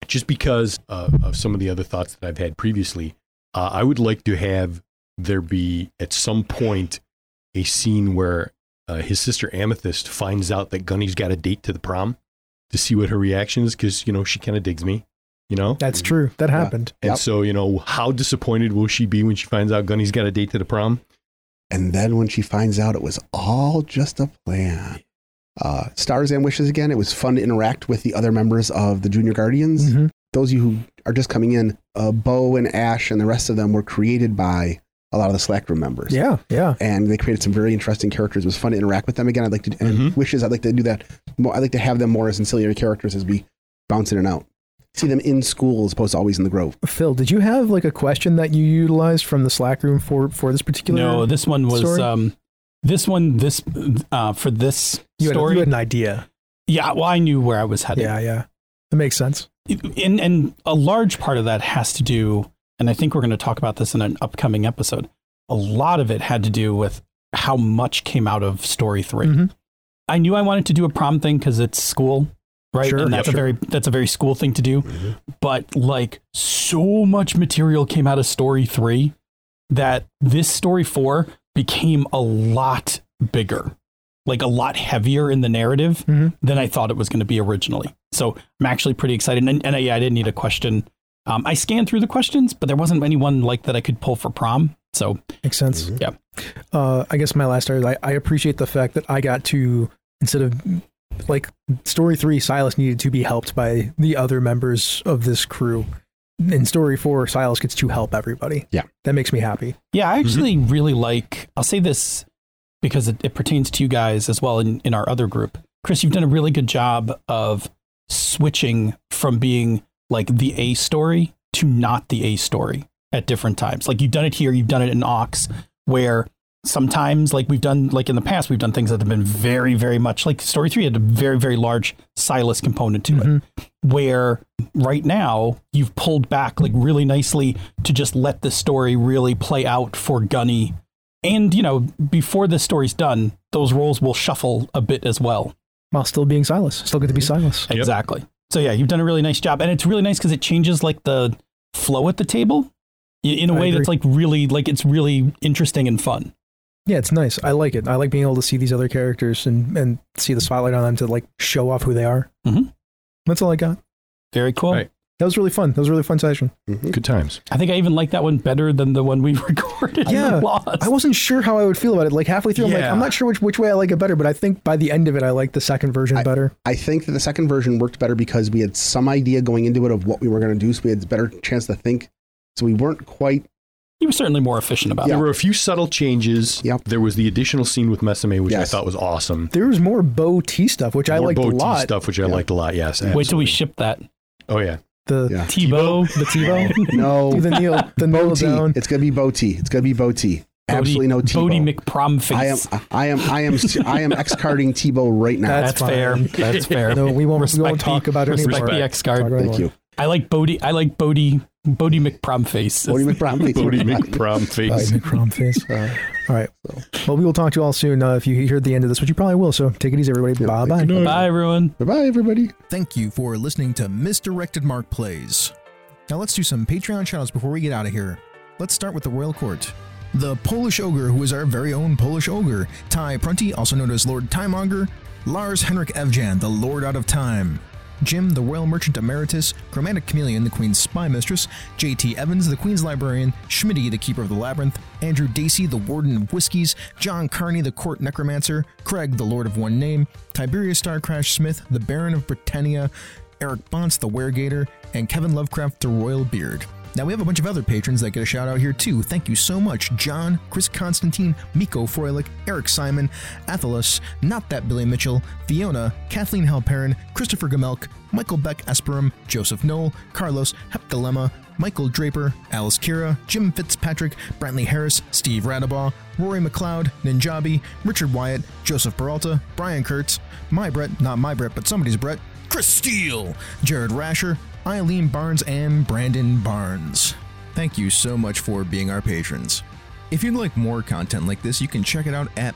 Speaker 4: just because uh, of some of the other thoughts that I've had previously, uh, I would like to have there be at some point a scene where uh, his sister Amethyst finds out that Gunny's got a date to the prom to see what her reaction is because, you know, she kind of digs me, you know?
Speaker 8: That's true. That happened.
Speaker 4: And
Speaker 5: Yep.
Speaker 4: so, you know, how disappointed will she be when she finds out Gunny's got a date to the prom?
Speaker 5: And then when she finds out it was all just a plan. Uh, stars and wishes again. It was fun to interact with the other members of the Junior Guardians.
Speaker 8: Mhm.
Speaker 5: those of you who are just coming in, uh, Bo and Ash and the rest of them were created by a lot of the Slack room members.
Speaker 8: Yeah, yeah.
Speaker 5: And they created some very interesting characters. It was fun to interact with them again. I'd like to,
Speaker 1: Mm-hmm.
Speaker 5: and
Speaker 4: Mhm.
Speaker 5: wishes, I'd like to do that. More, I'd like to have them more as ancillary characters as we bounce in and out. See them in school as opposed to always in the Grove.
Speaker 8: Phil, did you have like a question that you utilized from the Slack room for for this particular?
Speaker 7: No, this one was
Speaker 8: story?
Speaker 7: um, this one this uh, for this
Speaker 8: you had,
Speaker 7: story.
Speaker 8: you had an idea.
Speaker 7: yeah, well, I knew where I was headed.
Speaker 8: Yeah, yeah. That makes sense.
Speaker 7: and and a large part of that has to do and i think we're going to talk about this in an upcoming episode a lot of it had to do with how much came out of story 3
Speaker 8: Mhm.
Speaker 7: i knew i wanted to do a prom thing because it's school right
Speaker 8: Sure. Mm-hmm.
Speaker 7: and that's
Speaker 8: Yep.
Speaker 7: a very that's a very school thing to do but like so much material came out of story 3 that this story 4 became a lot bigger like a lot heavier in the narrative
Speaker 8: Mhm.
Speaker 7: than I thought it was going to be originally. So I'm actually pretty excited. And, and I, yeah, I didn't need a question. Um, I scanned through the questions, but there wasn't anyone like that I could pull for prom. So
Speaker 8: Makes sense.
Speaker 7: yeah,
Speaker 8: Uh, I guess my last story. is I, I appreciate the fact that I got to instead of like story three, Silas needed to be helped by the other members of this crew. In story four, Silas gets to help everybody.
Speaker 5: Yeah.
Speaker 8: that makes me happy.
Speaker 7: yeah, I actually really like. I'll say this because it, it pertains to you guys as well in, in our other group. Chris, you've done a really good job of switching from being like the A story to not the A story. at different times. Like you've done it here, you've done it in Ox, where sometimes, like we've done, like in the past, we've done things that have been very, very much like Story Three had a very, very large Silas component to it, where right now you've pulled back like really nicely to just let the story really play out for Gunny. And you know, before this story's done, those roles will shuffle a bit as well.
Speaker 12: While still being Silas, still get to be Silas.
Speaker 7: Exactly. So yeah, you've done a really nice job, and it's really nice because it changes like the flow at the table i- in a
Speaker 12: I
Speaker 7: way that's
Speaker 12: agree.
Speaker 7: like really like it's really interesting and fun.
Speaker 12: Yeah, it's nice. I like it. I like being able to see these other characters and and see the spotlight on them to like show off who they are.
Speaker 7: Mhm.
Speaker 12: That's all I got.
Speaker 7: Very cool.
Speaker 4: Right.
Speaker 12: That was really fun. That was a really fun session.
Speaker 4: Good times.
Speaker 7: I think I even like that one better than the one we recorded.
Speaker 12: Yeah,
Speaker 7: Lost.
Speaker 12: I wasn't sure how I would feel about it. Like halfway through, I'm like,
Speaker 7: Yeah.
Speaker 12: I'm not sure which which way I like it better, but I think by the end of it, I like the second version better.
Speaker 5: I think that the second version worked better because we had some idea going into it of what we were going to do, so we had a better chance to think. So we weren't quite.
Speaker 7: You were certainly more efficient about
Speaker 4: There
Speaker 7: it.
Speaker 4: were a few subtle changes. Yep. There was the additional scene with Mesame, which I thought was awesome.
Speaker 12: There was more Bo T stuff, which I
Speaker 4: More
Speaker 12: liked a
Speaker 4: Bo T
Speaker 12: lot.
Speaker 4: stuff, which I liked a lot. Yes.
Speaker 7: Wait till
Speaker 4: absolutely.
Speaker 7: we ship that
Speaker 4: Oh yeah.
Speaker 12: The
Speaker 5: Yeah.
Speaker 7: Tebow.
Speaker 12: the Tebow,
Speaker 5: No,
Speaker 12: do the kneel, the kneel
Speaker 5: Boti.
Speaker 12: down.
Speaker 5: It's going to be Boti. It's going to be Boti. Absolutely no
Speaker 7: Bodie
Speaker 5: Tebow.
Speaker 7: McPromface.
Speaker 5: I am. I am. I am. I am excarding Tebow right now.
Speaker 7: That's fair. That's fair.
Speaker 12: No, we won't. we
Speaker 7: Respect
Speaker 12: won't talk
Speaker 7: the-
Speaker 12: about it
Speaker 7: respect
Speaker 12: anymore.
Speaker 7: the X card.
Speaker 12: Talk about it
Speaker 5: Thank
Speaker 12: anymore.
Speaker 5: you,
Speaker 7: I like Bodie. I like Bodie. Bodie McPromface.
Speaker 5: Bodie McBrown.
Speaker 4: Bodie McProm
Speaker 12: Sorry,
Speaker 4: face.
Speaker 12: Nick Crom face. all right. Well, we will talk to you all soon. Uh, if you heard the end of this, which you probably will, so take it easy, everybody. Bye bye.
Speaker 7: Bye, everyone.
Speaker 5: Bye, everybody.
Speaker 8: Thank you for listening to Misdirected Mark Plays. Now let's do some Patreon shoutouts before we get out of here. Let's start with the Royal Court. The Polish Ogre, who is our very own Polish Ogre, Ty Prunty, also known as Lord Timemonger, Lars Henrik Evjan, the Lord Out of Time, Jim, the Royal Merchant Emeritus, Chromatic Chameleon, the Queen's Spy Mistress, J.T. Evans, the Queen's Librarian, Schmitty, the Keeper of the Labyrinth, Andrew Dacey, the Warden of Whiskies, John Carney, the Court Necromancer, Craig, the Lord of One Name, Tiberius Starcrash Smith, the Baron of Britannia, Eric Bontz, the Weregator, and Kevin Lovecraft, the Royal Beard. Now, we have a bunch of other patrons that get a shout out here too. Thank you so much, John, Chris Constantine, Miko Froelich, Eric Simon, Athelus, Not That Billy Mitchell, Fiona, Kathleen Halperin, Christopher Gamelk, Michael Beck Esperum, Joseph Knoll, Carlos, Heptilemma, Michael Draper, Alice Kira, Jim Fitzpatrick, Brantley Harris, Steve Radabaugh, Rory McLeod, Ninjabi, Richard Wyatt, Joseph Peralta, Brian Kurtz, My Brett, not my Brett, but somebody's Brett, Chris Steele, Jared Rasher, Eileen Barnes, and Brandon Barnes. Thank you so much for being our patrons. If you'd like more content like this, you can check it out at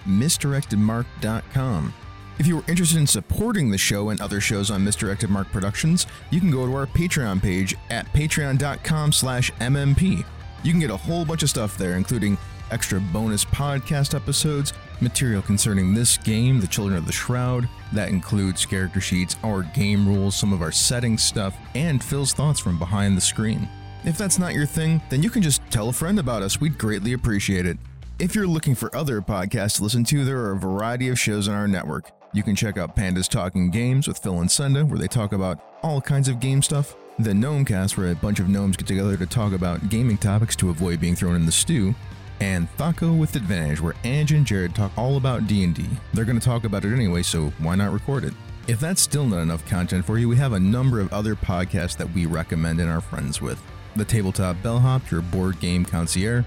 Speaker 8: misdirectedmark.com. If you are interested in supporting the show and other shows on Misdirected Mark Productions, you can go to our Patreon page at patreon.com slash mmp. You can get a whole bunch of stuff there, including extra bonus podcast episodes, material concerning this game, The Children of the Shroud. That includes character sheets, our game rules, some of our setting stuff, and Phil's thoughts from behind the screen. If that's not your thing, then you can just tell a friend about us. We'd greatly appreciate it. If you're looking for other podcasts to listen to, there are a variety of shows on our network. You can check out Pandas Talking Games with Phil and Senda, where they talk about all kinds of game stuff. The Gnomecast, where a bunch of gnomes get together to talk about gaming topics to avoid being thrown in the stew. And Thaco with Advantage, where Ange and Jared talk all about D&D. They're going to talk about it anyway, so why not record it? If that's still not enough content for you, we have a number of other podcasts that we recommend and are friends with. The Tabletop Bellhop, your board game concierge,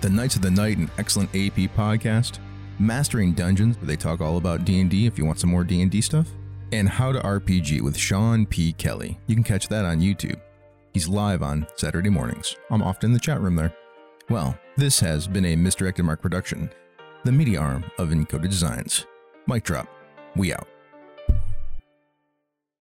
Speaker 8: the Knights of the Night, an excellent AP podcast, Mastering Dungeons, where they talk all about D&D if you want some more D&D stuff, and How to RPG with Sean P. Kelly. You can catch that on YouTube. He's live on Saturday mornings. I'm often in the chat room there. Well, this has been a Misdirected Mark production, the media arm of Encoded Designs. Mic drop. We out.